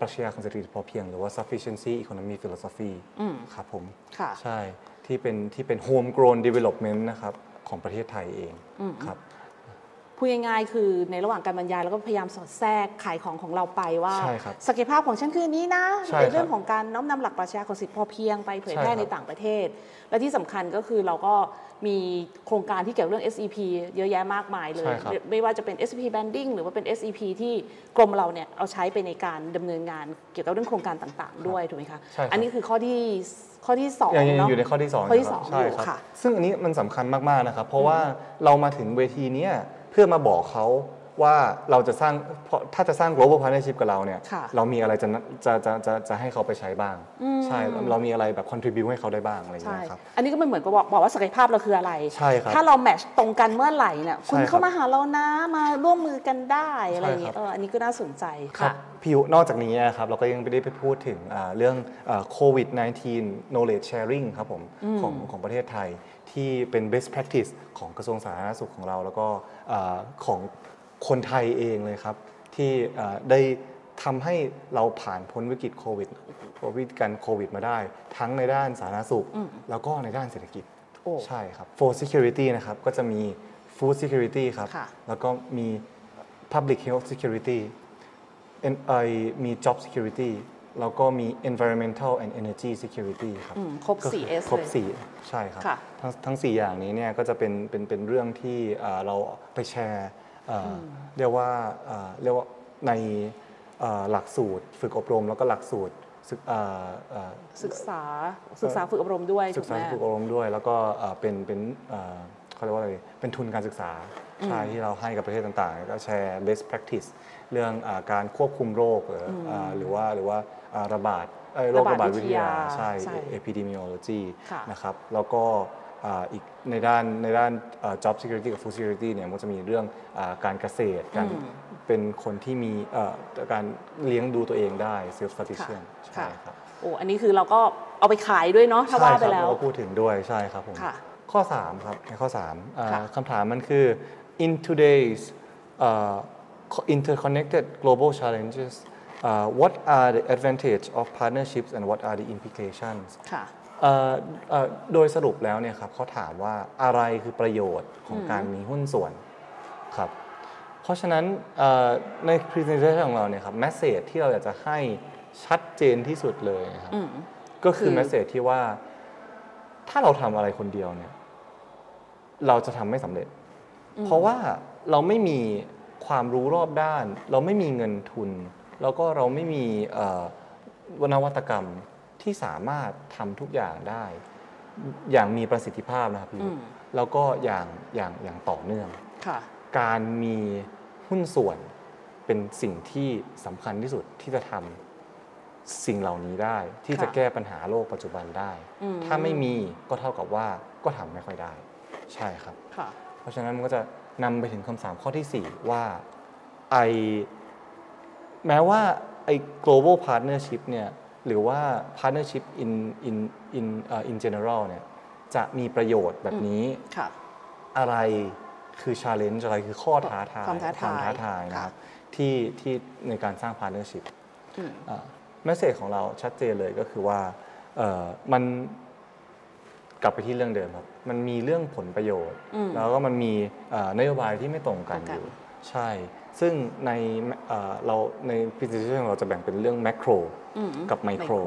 Speaker 2: ปรัชญาของเศรษฐกิจพอเพียงหรือว่า sufficiency economy philosophy ครับผม
Speaker 1: ค่ะ
Speaker 2: ใช่ ที่เป็นที่เป็น homegrown development นะครับ ของประเทศไทยเองครับ
Speaker 1: พูดง่ายๆ คือในระหว่างการบรรยายเราก็พยายามสอดแทรกขายของของเราไปว่า
Speaker 2: ใช่ครับ
Speaker 1: ศักยภาพของฉันคือนี้นะ
Speaker 2: ใช่ครับ
Speaker 1: เรื่องของการน้อมนำหลักปรัชญาของสิทธิพอเพียงไปเผยแพร่
Speaker 2: ใช่ครับ
Speaker 1: ในต่างประเทศ และที่สำคัญก็คือเราก็มีโครงการที่เกี่ยวเรื่อง SEP เยอะแยะมากมายเลย
Speaker 2: ใช่ครับ
Speaker 1: ไม่ว่าจะเป็น SEP banding หรือว่าเป็น SEP ที่กรมเราเนี่ยเอาใช้ไปในการดำเนินงานเกี่ยวกับเรื่องโครงการต่างๆ ด้วยถูกไหมคะ
Speaker 2: ใช่ครับ
Speaker 1: อันนี้คือข้อที่ข้อที่สอง
Speaker 2: ยังยัง
Speaker 1: เนาะ
Speaker 2: อยู่ในข้อที่2
Speaker 1: ข้อที่สอง
Speaker 2: ใช่
Speaker 1: อยู่
Speaker 2: ครับ
Speaker 1: ค่ะ
Speaker 2: ซึ่งอันนี้มันสำคัญมากๆนะครับ เพราะว่าเรามาถึงเวทีเนี้ยเพื่อมาบอกเขาว่าเราจะสร้างเพราะถ้าจะสร้าง global partnership กับเราเนี่ย
Speaker 1: ค่ะ
Speaker 2: เรามีอะไรจะจะจะจะจะให้เขาไปใช้บ้าง ใช่เราเรามีอะไรแบบ contribute ให้เขาได้บ้างอะไรอย่าง
Speaker 1: ใช่
Speaker 2: เงี้ยครับ
Speaker 1: อันนี้ก็มันเหมือนกับบอกบอกว่าศักยภาพเราคืออะไร
Speaker 2: ใช่ครับ
Speaker 1: ถ้าเราแมทช์ตรงกันเมื่อไหร่เนี่ย
Speaker 2: ใช่
Speaker 1: คุณ
Speaker 2: ครับ
Speaker 1: เข้ามาหาเรานะมาร่วมมือกันได้อะไรอย่างเงี้ย
Speaker 2: ใช่ครับ
Speaker 1: เอออันนี้ก็น่าสนใจ
Speaker 2: ครับ
Speaker 1: ค่ะ
Speaker 2: พี่ยุนอกจากนี้นะครับเราก็ยังไม่ได้ไปพูดถึงอ่าเรื่องโควิด -19 knowledge sharing ครับผมของของประเทศไทยที่เป็น best practice ของกระทรวงสาธารณสุขของเรา แล้วก็อ่าของคนไทยเองเลยครับ ที่อ่าได้ทำให้เราผ่านพ้นวิกฤตโควิดวิกฤตการโควิดมาได้ ทั้งในด้านสาธารณสุข แล้วก็ในด้านเศรษฐกิจ
Speaker 1: โอ้
Speaker 2: ใช่ครับ for security นะครับ ก็จะมี food security ครับ
Speaker 1: ค่ะ
Speaker 2: แล้วก็มี public health security เอ็นไอมี job security แล้วก็มี environmental and energy security ครับ
Speaker 1: อืมครบ
Speaker 2: ก็อ
Speaker 1: 4S
Speaker 2: ครบ
Speaker 1: เลย
Speaker 2: 4 ใช่ครับ
Speaker 1: ค่ะ
Speaker 2: ทั้งทั้ง 4 อย่างนี้เนี่ยก็จะเป็นเป็นเป็นเรื่องที่เอ่อเราไปแชร์เอ่ออเรียกว่าเอ่อเรียกว่า ในเอ่อหลักสูตร ฝึกอบรมแล้วก็หลักสูตรศึกเอ่อเอ่อ
Speaker 1: ศึกษาศึกษาฝึกอบรมด้วย
Speaker 2: ศึ
Speaker 1: ถู
Speaker 2: ก
Speaker 1: ก
Speaker 2: ษา
Speaker 1: ไหม
Speaker 2: ฝึกอบรมด้วย แล้วก็เอ่อเป็นเป็นเอ่อเขาเรียกว่าอะไรเป็นทุนการศึกษาใช่ที่เราให้กับประเทศต่างๆแล้วก็แชร์ best practice เรื่องอาการควบคุมโรคหรืออ่าหรือว่าหรือว่าอ่าระบาดเอ่อโรคระบาดวิทยา
Speaker 1: ระบาดวิทยา
Speaker 2: ใช่
Speaker 1: ใช่
Speaker 2: epidemiology
Speaker 1: ค่ะ
Speaker 2: นะครับ แล้วก็อ่าอีกในด้านในด้านเอ่อ job security กับ food security เนี่ยมันจะมีเรื่องอาการเกษตรการเป็นคนที่มีเอ่อการเลี้ยงดูตัวเองได้ self
Speaker 1: ค่ะ
Speaker 2: sufficient ใช่
Speaker 1: ค่ะ
Speaker 2: ครับ
Speaker 1: โอ้อันนี้คือเราก็เอาไปขายด้วยเนาะถ้าว่าไปแล้ว
Speaker 2: ใช่ครับเรก็พูดถึงด้วยใช่ครับผม
Speaker 1: ค่ะ
Speaker 2: ข้อ 3 ครับในข้อ3อ่า
Speaker 1: ค่ะ
Speaker 2: คำถามมันคือ in today's uh, interconnected global challenges uh, what are the advantage of partnerships and what are the implications
Speaker 1: ค่ะ
Speaker 2: เอ่อเอ่อโดยสรุปแล้วเนี่ยครับเขาถามว่าอะไรคือประโยชน์ของการมีหุ้นส่วนครับเพราะฉะนั้นเอ่อใน presentation ของเราเนี่ยครับ message ที่เราอยากจะให้ชัดเจนที่สุดเลยนะครับก็คือ
Speaker 1: คือ
Speaker 2: message ที่ว่าถ้าเราทำอะไรคนเดียวเนี่ยเราจะทำไม่สำเร็จ เพราะว่าเราไม่มีความรู้รอบด้าน เราไม่มีเงินทุน แล้วก็เราไม่มีเอ่อ นวัตกรรมที่สามารถทำทุกอย่างได้ อย่างมีประสิทธิภาพนะครับพี่
Speaker 1: อืม
Speaker 2: แล้วก็อย่างอย่างอย่างต่อเนื่อง
Speaker 1: ค่ะ
Speaker 2: การมีหุ้นส่วนเป็นสิ่งที่สำคัญที่สุดที่จะทำสิ่งเหล่านี้ได้ ที่จะ
Speaker 1: ค่ะ
Speaker 2: แก้ปัญหาโลกปัจจุบันได้
Speaker 1: อืม
Speaker 2: ถ้าไม่มีก็เท่ากับว่าก็ทำไม่ค่อยได้ ใช่ครับ
Speaker 1: ค่ะ
Speaker 2: เพราะฉะนั้นมันก็จะนำไปถึงคำสามข้อที่ 4 ว่าไอแม้ว่าไอ global partnership เนี่ยหรือว่า partnership in in in เอ่อ in general เนี่ยจะมีประโยชน์แบบนี้
Speaker 1: ค่ะ
Speaker 2: อะไรคือ challenge อะไรคือข้อท้าทาย
Speaker 1: ความท้าทาย
Speaker 2: ความท้าทายนะ
Speaker 1: ค่ะ
Speaker 2: ครับที่ที่ในการสร้าง partnership
Speaker 1: อืม
Speaker 2: เมสเซจของเราชัดเจนเลยก็คือว่าเอ่อมันกลับไปที่เรื่องเดิมครับ มันมีเรื่องผลประโยชน์
Speaker 1: อืม
Speaker 2: แล้วก็มันมีเอ่อนโยบายที่ไม่ตรงกัน
Speaker 1: ตรงกั
Speaker 2: อน ยู่ ใช่ ซึ่งในเอ่อเราใน presentation เราจะแบ่งเป็นเรื่องแม c โ o
Speaker 1: อืม
Speaker 2: กับไมโคร
Speaker 1: micro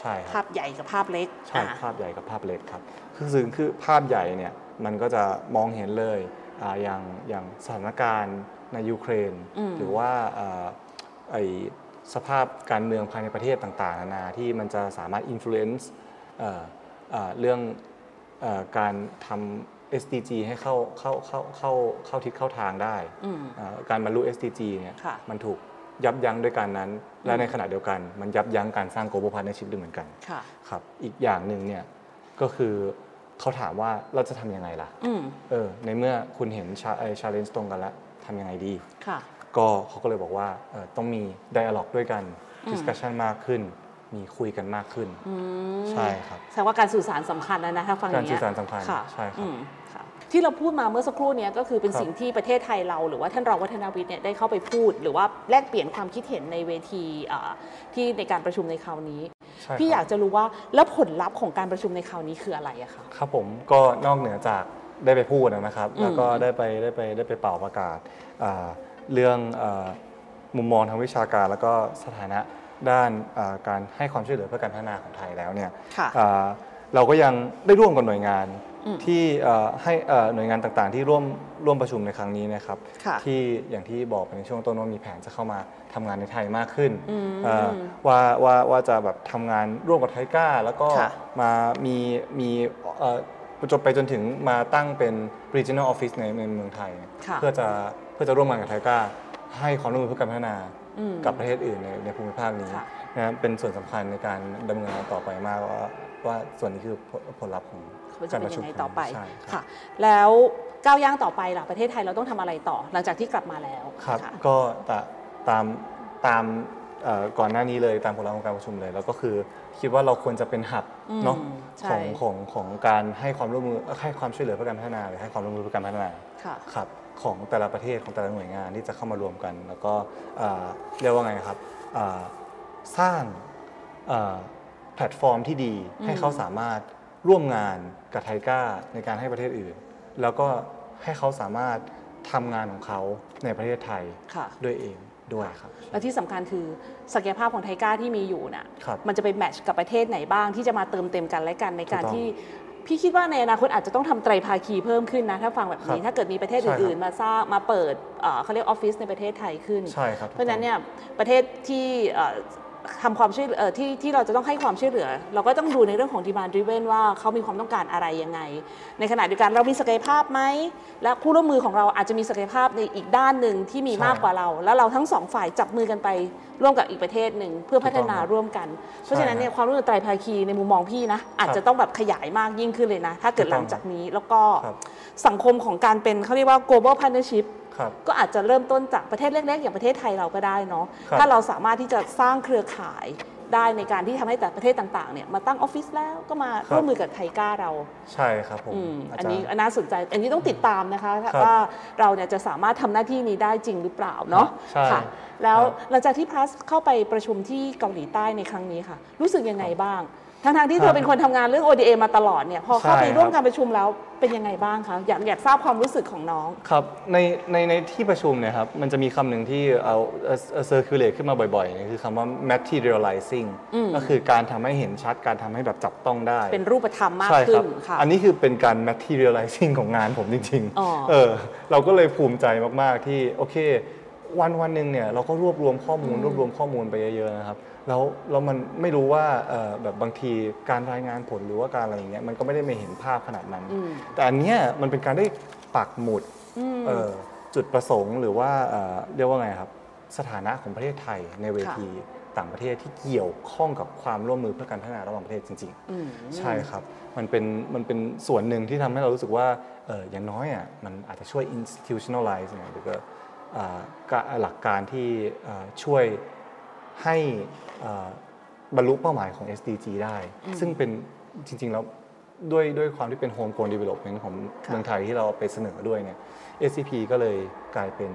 Speaker 2: ใช่ค
Speaker 1: ภา
Speaker 2: รับ
Speaker 1: พใหญ่กับภาพเล็ก
Speaker 2: ใช่
Speaker 1: อ่ะ
Speaker 2: ภาพใหญ่กับภาพเล็กครับ คือซึ่งคือภาพใหญ่เนี่ยมันก็จะมองเห็นเลยอ่าอย่างอย่างสถานการณ์ในยูเครน
Speaker 1: อืม
Speaker 2: หรือว่าเอ่อไอสภาพการเมืองภายในประเทศต่างๆนานาที่มันจะสามารถ influence เอ่อเอ่อเรื่องเออการทำ SDG ให้เข้าเข้าเข้าเข้าเข้าทิศเข้าทางได้
Speaker 1: อืม
Speaker 2: เอ่อการบรรลุ SDG เนี่ย
Speaker 1: ค่ะ
Speaker 2: มันถูกยับยั้งด้วยการนั้น และในขณะเดียวกันมันยับยั้งการสร้าง global partnership ด้วยเหมือนกัน
Speaker 1: ค่ะ
Speaker 2: ครับอีกอย่างหนึ่งเนี่ยก็คือเขาถามว่าเราจะทำยังไงล่ะ
Speaker 1: อืม
Speaker 2: เออในเมื่อคุณเห็น challenge ตรงกันแล้วทำยังไงดี
Speaker 1: ค่ะ
Speaker 2: ก็เขาก็เลยบอกว่าเอ่อต้องมี dialog ด้วยกัน
Speaker 1: อืม
Speaker 2: discussion มากขึ้น มีคุยกันมากขึ้น
Speaker 1: อืม
Speaker 2: ใช่ครับ
Speaker 1: แสดงว่าการสื่อสารสำคัญนะนะถ้าฟังอย่
Speaker 2: การ
Speaker 1: ง
Speaker 2: สื่
Speaker 1: เงี้ย
Speaker 2: อสารสำคัญ
Speaker 1: ค่ะ
Speaker 2: ใช่ครับ
Speaker 1: อืมค่ะ ที่เราพูดมาเมื่อสักครู่เนี้ยก็คือเป็น
Speaker 2: ครับ
Speaker 1: สิ่งที่ประเทศไทยเรา หรือว่าท่านรองวัฒนาวิทย์เนี่ยได้เข้าไปพูด หรือว่าแลกเปลี่ยนความคิดเห็นในเวทีเอ่อที่ในการประชุมในคราวนี้
Speaker 2: ใช่ครับ
Speaker 1: พี่อยากจะรู้ว่าแล้วผลลัพธ์ของการประชุมในคราวนี้คืออะไรอะคะ
Speaker 2: ครับผมก็นอกเหนือจากได้ไปพูดนะครับ
Speaker 1: อืม
Speaker 2: แล้วก็ได้ไปได้ไปได้ไปเป่าประกาศอ่าเรื่องอามุมมองทางวิชาการ แล้วก็สถานะด้านอ่าการให้ความช่วยเหลือเพื่อการพัฒนาของไทยแล้วเนี่ย
Speaker 1: ค่ะ
Speaker 2: อ่าเราก็ยังได้ร่วมกับหน่วยงาน
Speaker 1: อืม
Speaker 2: ที่เอ่อให้เอ่อหน่วยงานต่างๆ ที่ร่วมร่วมประชุมในครั้งนี้นะครับ
Speaker 1: ค่ะ
Speaker 2: ที่อย่างที่บอกไปในช่วงต้นว่ามีแผนจะเข้ามาทำงานในไทยมากขึ้น
Speaker 1: อืม
Speaker 2: อ่าว่าว่าว่าจะแบบทำงานร่วมกับไทก้าแล้วก็
Speaker 1: ค่ะ
Speaker 2: มามีมีเอ่อจบไปจนถึงมาตั้งเป็น regional office ในในเมืองไทย
Speaker 1: ค่ะ
Speaker 2: เพื่อจะเพื่อจะร่วมงานกับไทก้าให้ความร่วมมือเพื่อการพัฒนา
Speaker 1: อืม
Speaker 2: กับประเทศอื่นในในภูมิภาคนี้
Speaker 1: ค่ะ
Speaker 2: นะครับเป็นส่วนสำคัญในการดำเนินงานต่อไปมากว่าว่าส่วนนี้คือผลผลลัพธ์ของ
Speaker 1: มัน
Speaker 2: กา
Speaker 1: จะ
Speaker 2: ร
Speaker 1: เป็น
Speaker 2: ประชุ
Speaker 1: ยั
Speaker 2: ม
Speaker 1: งไงต่อไป
Speaker 2: ใช่รับ
Speaker 1: ค่ะ แล้วก้าวย่างต่อไปล่ะประเทศไทยเราต้องทำอะไรต่อ หลังจากที่กลับมาแล้ว
Speaker 2: ครับ
Speaker 1: ค่ะ
Speaker 2: ก็ตะตามตามเอ่อก่อนหน้านี้เลยตามผลลัพธ์ของการประชุมเลย แล้วก็คือคิดว่าเราควรจะเป็นหับ
Speaker 1: อืม
Speaker 2: เนาะ
Speaker 1: ใช่
Speaker 2: ของของของการให้ความร่วมมือให้ความช่วยเหลือเพื่อการพัฒนาหรือให้ความร่วมมือเพื่อการพัฒนา
Speaker 1: ค่ะ
Speaker 2: ครับของแต่ละประเทศของแต่ละหน่วยงานที่จะเข้ามารวมกัน แล้วก็เอ่อเรียกว่าไงครับเอ่อสร้างเอ่อแพลตฟอร์มที่ดีให้เขาสามารถร่วมงานกับไทก้าในการให้ประเทศอื่น แล้วก็ให้เขาสามารถทำงานของเขาในประเทศไทย
Speaker 1: ค่ะ
Speaker 2: ด้วยเองด้วยครับ
Speaker 1: และที่สำคัญคือศักยภาพของไทก้าที่มีอยู่น่ะ
Speaker 2: ครับ
Speaker 1: มันจะไปแมทช์กับประเทศไหนบ้างที่จะมาเติมเต็มกันและกันในการ
Speaker 2: ถูกต้อง
Speaker 1: ที่ พี่คิดว่าในอนาคตอาจจะต้องทำไตรภาคีเพิ่มขึ้นนะ ถ้าฟังแบบนี้
Speaker 2: ครับ
Speaker 1: ถ้าเกิดมีประเทศ
Speaker 2: ใช่ครับ
Speaker 1: อื่นๆ มาสร้างมาเปิดเอ่อเขาเรียกออฟฟิศในประเทศไทยขึ้น
Speaker 2: ใช่ครับ
Speaker 1: เพราะฉะนั้นเนี่ยประเทศที่เอ่อทำความช่วยเอ่อที่ที่เราจะต้องให้ความช่วยเหลือ เราก็ต้องดูในเรื่องของ demand driven ว่าเขามีความต้องการอะไรยังไง ในขณะเดียวกันเรามีศักยภาพไหม และคู่ร่วมมือของเราอาจจะมีศักยภาพในอีกด้านหนึ่งที่มีมากกว่าเรา แล้วเราทั้งสองฝ่ายจับมือกันไปร่วมกับอีกประเทศหนึ่งเพื่อพัฒนาร่วมกัน เพราะฉะนั้นเนี่ยความร่วมมือไตรภาคีในมุมมองพี่นะอาจจะต้องแบบขยายมากยิ่งขึ้นเลยนะถ้าเกิดหลังจากนี้แล้วก็
Speaker 2: ครับ
Speaker 1: สังคมของการเป็นเขาเรียกว่า global partnership
Speaker 2: ครับ
Speaker 1: ก็อาจจะเริ่มต้นจากประเทศเล็กๆ อย่างประเทศไทยเราก็ได้เนาะ
Speaker 2: ครับ
Speaker 1: ถ้าเราสามารถที่จะสร้างเครือข่ายได้ในการที่ทำให้แต่ประเทศต่างๆเนี่ยมาตั้งออฟฟิศแล้วก็มา
Speaker 2: ครับ
Speaker 1: ร่วมมือกับไทก้าเรา
Speaker 2: ใช่ครับผม
Speaker 1: อืม
Speaker 2: อา
Speaker 1: อัน
Speaker 2: จาร
Speaker 1: นี้
Speaker 2: ย์
Speaker 1: อันน่าสนใจ อันนี้ต้องติดตามนะคะ
Speaker 2: ครับ
Speaker 1: ว่าเราเนี่ยจะสามารถทำหน้าที่นี้ได้จริงหรือเปล่าเนาะ
Speaker 2: ใช่
Speaker 1: ค่ะแล้ว
Speaker 2: ครับ
Speaker 1: หลังจากที่พลัสเข้าไปประชุมที่เกาหลีใต้ในครั้งนี้ค่ะ รู้สึกยังไงบ้าง ทั้งๆที่เธอเป็นคนทำงานเรื่อง ODA มาตลอดเนี่ยพอเข้าไปร่วมการประชุมแล้วเป็นยังไงบ้างคะอยากอยากทราบความรู้สึกของน้อง
Speaker 2: ครับในในในที่ประชุมเนี่ยครับมันจะมีคำหนึ่งที่เอาเซอร์คิวเลตขึ้นมาบ่อยๆเนี่ยคือคำว่า materializing ก็คือการทำให้เห็นชัดการทำให้แบบจับต้องได้
Speaker 1: เป็นรูปธรรมมาก
Speaker 2: ใช่ค
Speaker 1: ขึ้
Speaker 2: รั
Speaker 1: น
Speaker 2: บ
Speaker 1: ค่ะ
Speaker 2: อันนี้คือเป็นการ materializing ของงานผมจริง
Speaker 1: อ๋อ
Speaker 2: ๆ เออ เราก็เลยภูมิใจมาก ๆ ที่โอเค วันวันหนึ่งเนี่ยเราก็รวบรวมข้อมูลรวบรวมข้อมูลไปเยอะ ๆ นะครับ แล้วแล้วมันไม่รู้ว่าเอ่อแบบบางทีการรายงานผลหรือว่าการอะไรอย่างเงี้ยมันก็ไม่ได้ไม่เห็นภาพขนาดนั้น แต่อันเนี้ยมันเป็นการได้ปักหมุดเอ่อจุดประสงค์หรือว่าเอ่อเรียกว่าไงครับ สถานะของประเทศไทยในเวทีต่างประเทศที่เกี่ยวข้องกับความร่วมมือเพื่อการพัฒนาระหว่างประเทศจริง ๆ
Speaker 1: อืม
Speaker 2: ใช่ครับ มันเป็น มันเป็นส่วนหนึ่งที่ทำให้เรารู้สึกว่าเอออย่างน้อยอ่ะ มันอาจจะช่วย institutionalize หน่อยหรือก็อ่ากะหลักการที่อ่าช่วยให้อ่าบรรลุเป้าหมายของ SDG ได้ ซึ่งเป็นจริง ๆ แล้วด้วยด้วยความที่เป็น Home Grown Development ของเมืองไทยที่เราเอาไปเสนอด้วยเนี่ย SCP ก็เลยกลายเป็น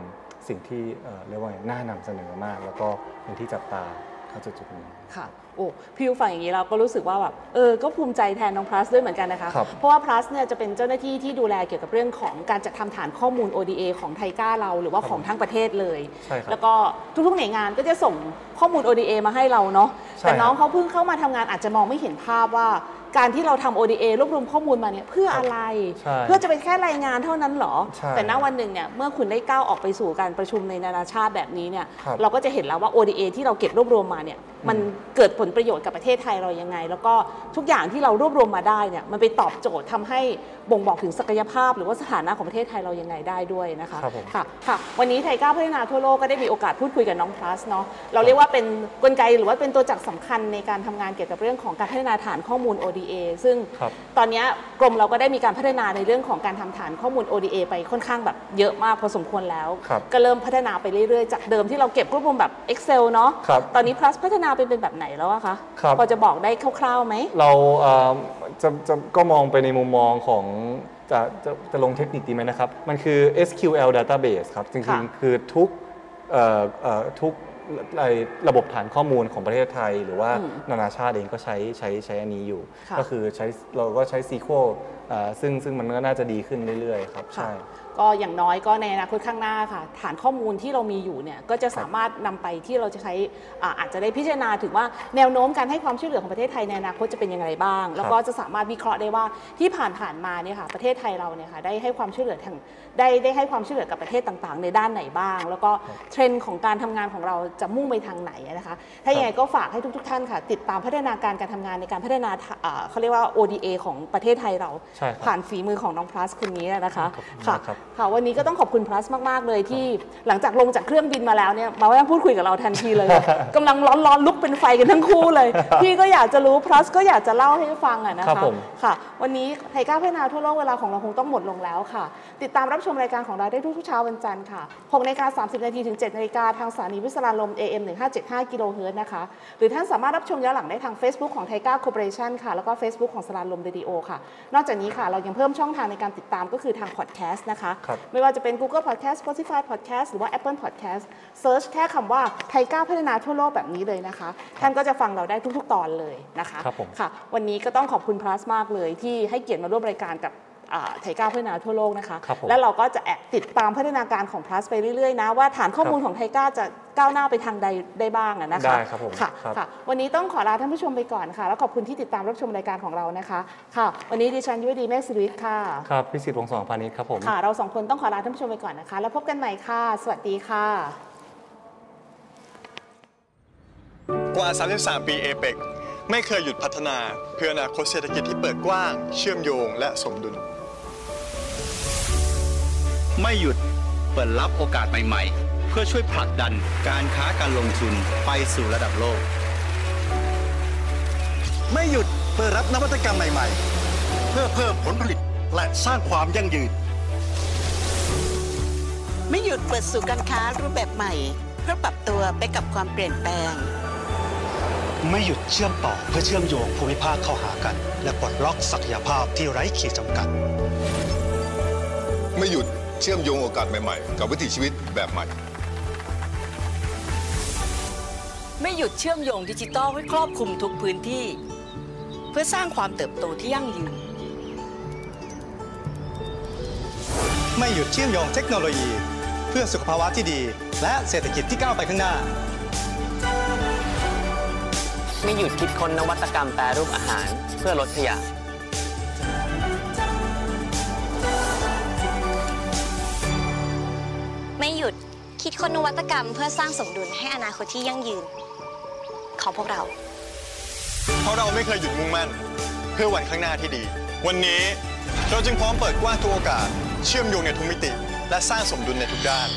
Speaker 2: สิ่งที่เอ่อเรียกว่าไงน่านำเสนอมาก แล้วก็เป็นที่จับตาณจุดจุดๆนี้
Speaker 1: ค่ะโอ้พี่ฟังอย่างนี้เราก็รู้สึกว่าแบบเออก็ภูมิใจแทนน้องพลัสด้วยเหมือนกันนะคะ
Speaker 2: ครับ
Speaker 1: เพราะว่าพลัสเนี่ยจะเป็นเจ้าหน้าที่ที่ดูแลเกี่ยวกับเรื่องของการจัดทำฐานข้อมูล ODA ของไทก้าเราหรือว่าของทั้งประเทศเลย
Speaker 2: ใช่ครับ
Speaker 1: แล้วก็ทุกๆหน่วยงานก็จะส่งข้อมูล ODA มาให้เราเนาะ
Speaker 2: ใช่
Speaker 1: แต่น้อง
Speaker 2: ครับ
Speaker 1: เขาเพิ่งเข้ามาทำงานอาจจะมองไม่เห็นภาพว่า การที่เราทำ ODA รวบรวมข้อมูลมาเนี่ยเพื่ออะไร
Speaker 2: ใช่
Speaker 1: เพื่อจะเป็นแค่รายงานเท่านั้นเหรอ
Speaker 2: ใช่
Speaker 1: แต่ณวันหนึ่งเนี่ยเมื่อคุณได้ก้าวออกไปสู่การประชุมในนานาชาติแบบนี้เนี่ย
Speaker 2: ครับ
Speaker 1: เราก็จะเห็นแล้วว่า ODA ที่เราเก็บรวบรวมมาเนี่ยมัน เกิดผลประโยชน์กับประเทศไทยเรายังไง แล้วก็ทุกอย่างที่เรารวบรวมมาได้เนี่ยมันไปตอบโจทย์ทำให้บ่งบอกถึงศักยภาพ หรือว่าสถานะของประเทศไทยเรายังไงได้ด้วยนะคะ
Speaker 2: ครับผม
Speaker 1: ค่ะค่ะวันนี้ไทยก้าวพัฒนาทั่วโลกก็ได้มีโอกาสพูดคุยกับน้องพลัสเนาะเราเรียกว่าเป็นกลไกหรือว่าเป็นตัวจักรสำคัญในการทำงานเกี่ยวกับเรื่องของการพัฒนาฐานข้อมูล ODA ซึ่ง
Speaker 2: ครับ
Speaker 1: ตอนเนี้ยกรมเราก็ได้มีการพัฒนาในเรื่องของการทำฐานข้อมูล ODA ไปค่อนข้างแบบเยอะมากพอสมควรแล้ว
Speaker 2: ครับ
Speaker 1: ก็เริ่มพัฒนาไปเรื่อยๆ จากเดิมที่เราเก็บรวบรวมแบบ Excel เนาะ
Speaker 2: ครับ
Speaker 1: ตอนนี้ plus พัฒนาไปเป็นแบบไหนแล้วอะคะ
Speaker 2: ครับ
Speaker 1: พอจะบอกได้คร่าวๆไหม
Speaker 2: เราเอ่อจะจะก็มองไปในมุมมองของจะจะจะลงเทคนิคดีไหมนะครับ มันคือ SQL database ครับ จริ
Speaker 1: ค่ะ
Speaker 2: งๆ คือทุกเอ่อเอ่อทุกไอ้ระบบฐานข้อมูลของประเทศไทย หรือว่า
Speaker 1: อืม
Speaker 2: นานาชาติเองก็ใช้ใช้ใช้อันนี้อยู่
Speaker 1: ค่ะ
Speaker 2: ก็คือใช้เราก็ใช้ SQL เอ่อซึ่งซึ่งมันก็น่าจะดีขึ้นเรื่อยๆครับ
Speaker 1: ค่ะ
Speaker 2: ใช่
Speaker 1: ก็อย่างน้อยก็ในอนาคตข้างหน้าค่ะ ฐานข้อมูลที่เรามีอยู่เนี่ยก็จะสามารถนำไปที่เราจะใช้อ่าอาจจะได้พิจารณาถึงว่าแนวโน้มการให้ความช่วยเหลือของประเทศไทยในอนาคตจะเป็นอย่างไรบ้าง แล้วก็จะสามารถวิเคราะห์ได้ว่าที่ผ่านผ่านๆมาเนี่ยค่ะประเทศไทยเราเนี่ยค่ะได้ให้ความช่วยเหลือทางได้ได้ให้ความช่วยเหลือกับประเทศต่างๆ ในด้านไหนบ้าง แล้วก็เทรนด์ของการทำงานของเราจะมุ่งไปทางไหนนะคะ ถ้ายังไงก็ฝากให้ทุก ๆ ท่านค่ะ ติดตามพัฒนาการการทำงานในการพัฒนาอ่าเขาเรียกว่า ODA ของประเทศไทยเรา
Speaker 2: ใช่ครับ
Speaker 1: ผ่านฝีมือของน้องพลัสคนนี้นะคะ
Speaker 2: ขอบคุณ
Speaker 1: ค่ะ
Speaker 2: มากครับ
Speaker 1: ค่ะวันนี้ก็ต้องขอบคุณ plus มาก ๆ เลยที่หลังจากลงจากเครื่องบินมาแล้วเนี่ยมาว่าพูดคุยกับเราทันที
Speaker 2: [LAUGHS]
Speaker 1: เลย กำลังร้อนๆลุกเป็นไฟกันทั้งคู่เลย พี่ก็อยากจะรู้ plus ก็อยากจะเล่าให้ฟังอะนะ
Speaker 2: ครั
Speaker 1: คะ
Speaker 2: บผม
Speaker 1: ค่ะ วันนี้ไทยก้าวพัฒนาทั่วโลกเวลาของเราคงต้องหมดลงแล้วค่ะ ติดตามรับชมรายการของเราได้ทุกๆเช้าวันจันทร์ค่ะ6นาฬิกา30นาทีถึง7นาฬิกาทางสถานีวิศราลม AM 1575กิโลเฮิรตซ์นะคะ หรือท่านสามารถรับชมย้อนหลังได้ทาง Facebook ของไทยก้าคอร์ปอเรชันค่ะแล้วก็ Facebook ของสราลมเรดิโอค่ะ นอกจากนี้ค่ะเรายังเพิ่มช่องทางในการติดตามก็คือทาง podcast นะคะ
Speaker 2: ครับ
Speaker 1: ไม่ว่าจะเป็น Google Podcast Spotify Podcast หรือว่า Apple Podcast Search แค่คำว่าไทยก้าวพัฒนาทั่วโลกแบบนี้เลยนะคะ ท่านก็จะฟังเราได้ทุก ๆ ตอนเลยนะคะ
Speaker 2: ครับผม
Speaker 1: ค่ะ วันนี้ก็ต้องขอบคุณ plus มากเลยที่ให้เกียรติมาร่วมรายการกับ ไทยก้าวพัฒนาทั่วโลกนะคะ
Speaker 2: ครับผม
Speaker 1: แล้วเราก็จะแอบติดตามพัฒนาการของ plus ไปเรื่อยๆ นะ ว่าฐานข้อมูลของไทยก้าวจะก้าวหน้าไปทางใดได้บ้างอะนะคะ
Speaker 2: ได้ครับผม
Speaker 1: ค่ะ
Speaker 2: ครับ
Speaker 1: ค่ะ วันนี้ต้องขอลาท่านผู้ชมไปก่อนค่ะ แล้วขอบคุณที่ติดตามรับชมรายการของเรานะคะ ค่ะ วันนี้ดิฉันยุ้ยดีเมฆสิริวิทย์ค่ะ
Speaker 2: ครับพิสิทธิ์วงศ์สองพานิชครับผม
Speaker 1: ค่ะ เราสองคนต้องขอลาท่านผู้ชมไปก่อนนะคะ แล้วพบกันใหม่ค่ะ สวัสดีค่ะ
Speaker 4: กว่า 33 ปี a p e c ไม่เคยหยุดพัฒนาเพื่ออนาคตเศรษฐกิจที่เปิดกว้าง เชื่อมโยงและสมดุล
Speaker 5: ไม่หยุดเปิดรับโอกาสใหม่ ๆ เพื่อช่วยผลักดันการค้าการลงทุนไปสู่ระดับโลก
Speaker 6: ไม่หยุดเพื่อรับนวัตกรรมใหม่ ๆ เพื่อเพิ่มผลผลิตและสร้างความยั่งยืน
Speaker 7: ไม่หยุดเปิดสู่การค้ารูปแบบใหม่ เพื่อปรับตัวไปกับความเปลี่ยนแปลง
Speaker 6: ไม่หยุดเชื่อมต่อเพื่อเชื่อมโยงภูมิภาคเข้าหากัน และปลดล็อกศักยภาพที่ไร้ขีดจำกัด
Speaker 4: ไม่หยุดเชื่อมโยงโอกาสใหม่ๆ กับวิถีชีวิตแบบใหม่
Speaker 8: ไม่หยุดเชื่อมโยงดิจิทัลให้ครอบคลุมทุกพื้นที่ เพื่อสร้างความเติบโตที่ยั่งยืน
Speaker 6: ไม่หยุดเชื่อมโยงเทคโนโลยี เพื่อสุขภาวะที่ดี และเศรษฐกิจที่ก้าวไปข้างหน้า
Speaker 9: ไม่หยุดคิดค้นนวัตกรรมแปรรูปอาหารเพื่อลดขยะ
Speaker 10: ไม่หยุดคิดค้นนวัตกรรมเพื่อสร้างสมดุลให้อนาคตที่ยั่งยืน ของพวกเรา
Speaker 4: เพราะเราไม่เคยหยุดมุ่งมั่น เพื่อวันข้างหน้าที่ดี วันนี้เราจึงพร้อมเปิดกว้างทุกโอกาส เชื่อมโยงในทุกมิติ และสร้างสมดุลในทุกด้าน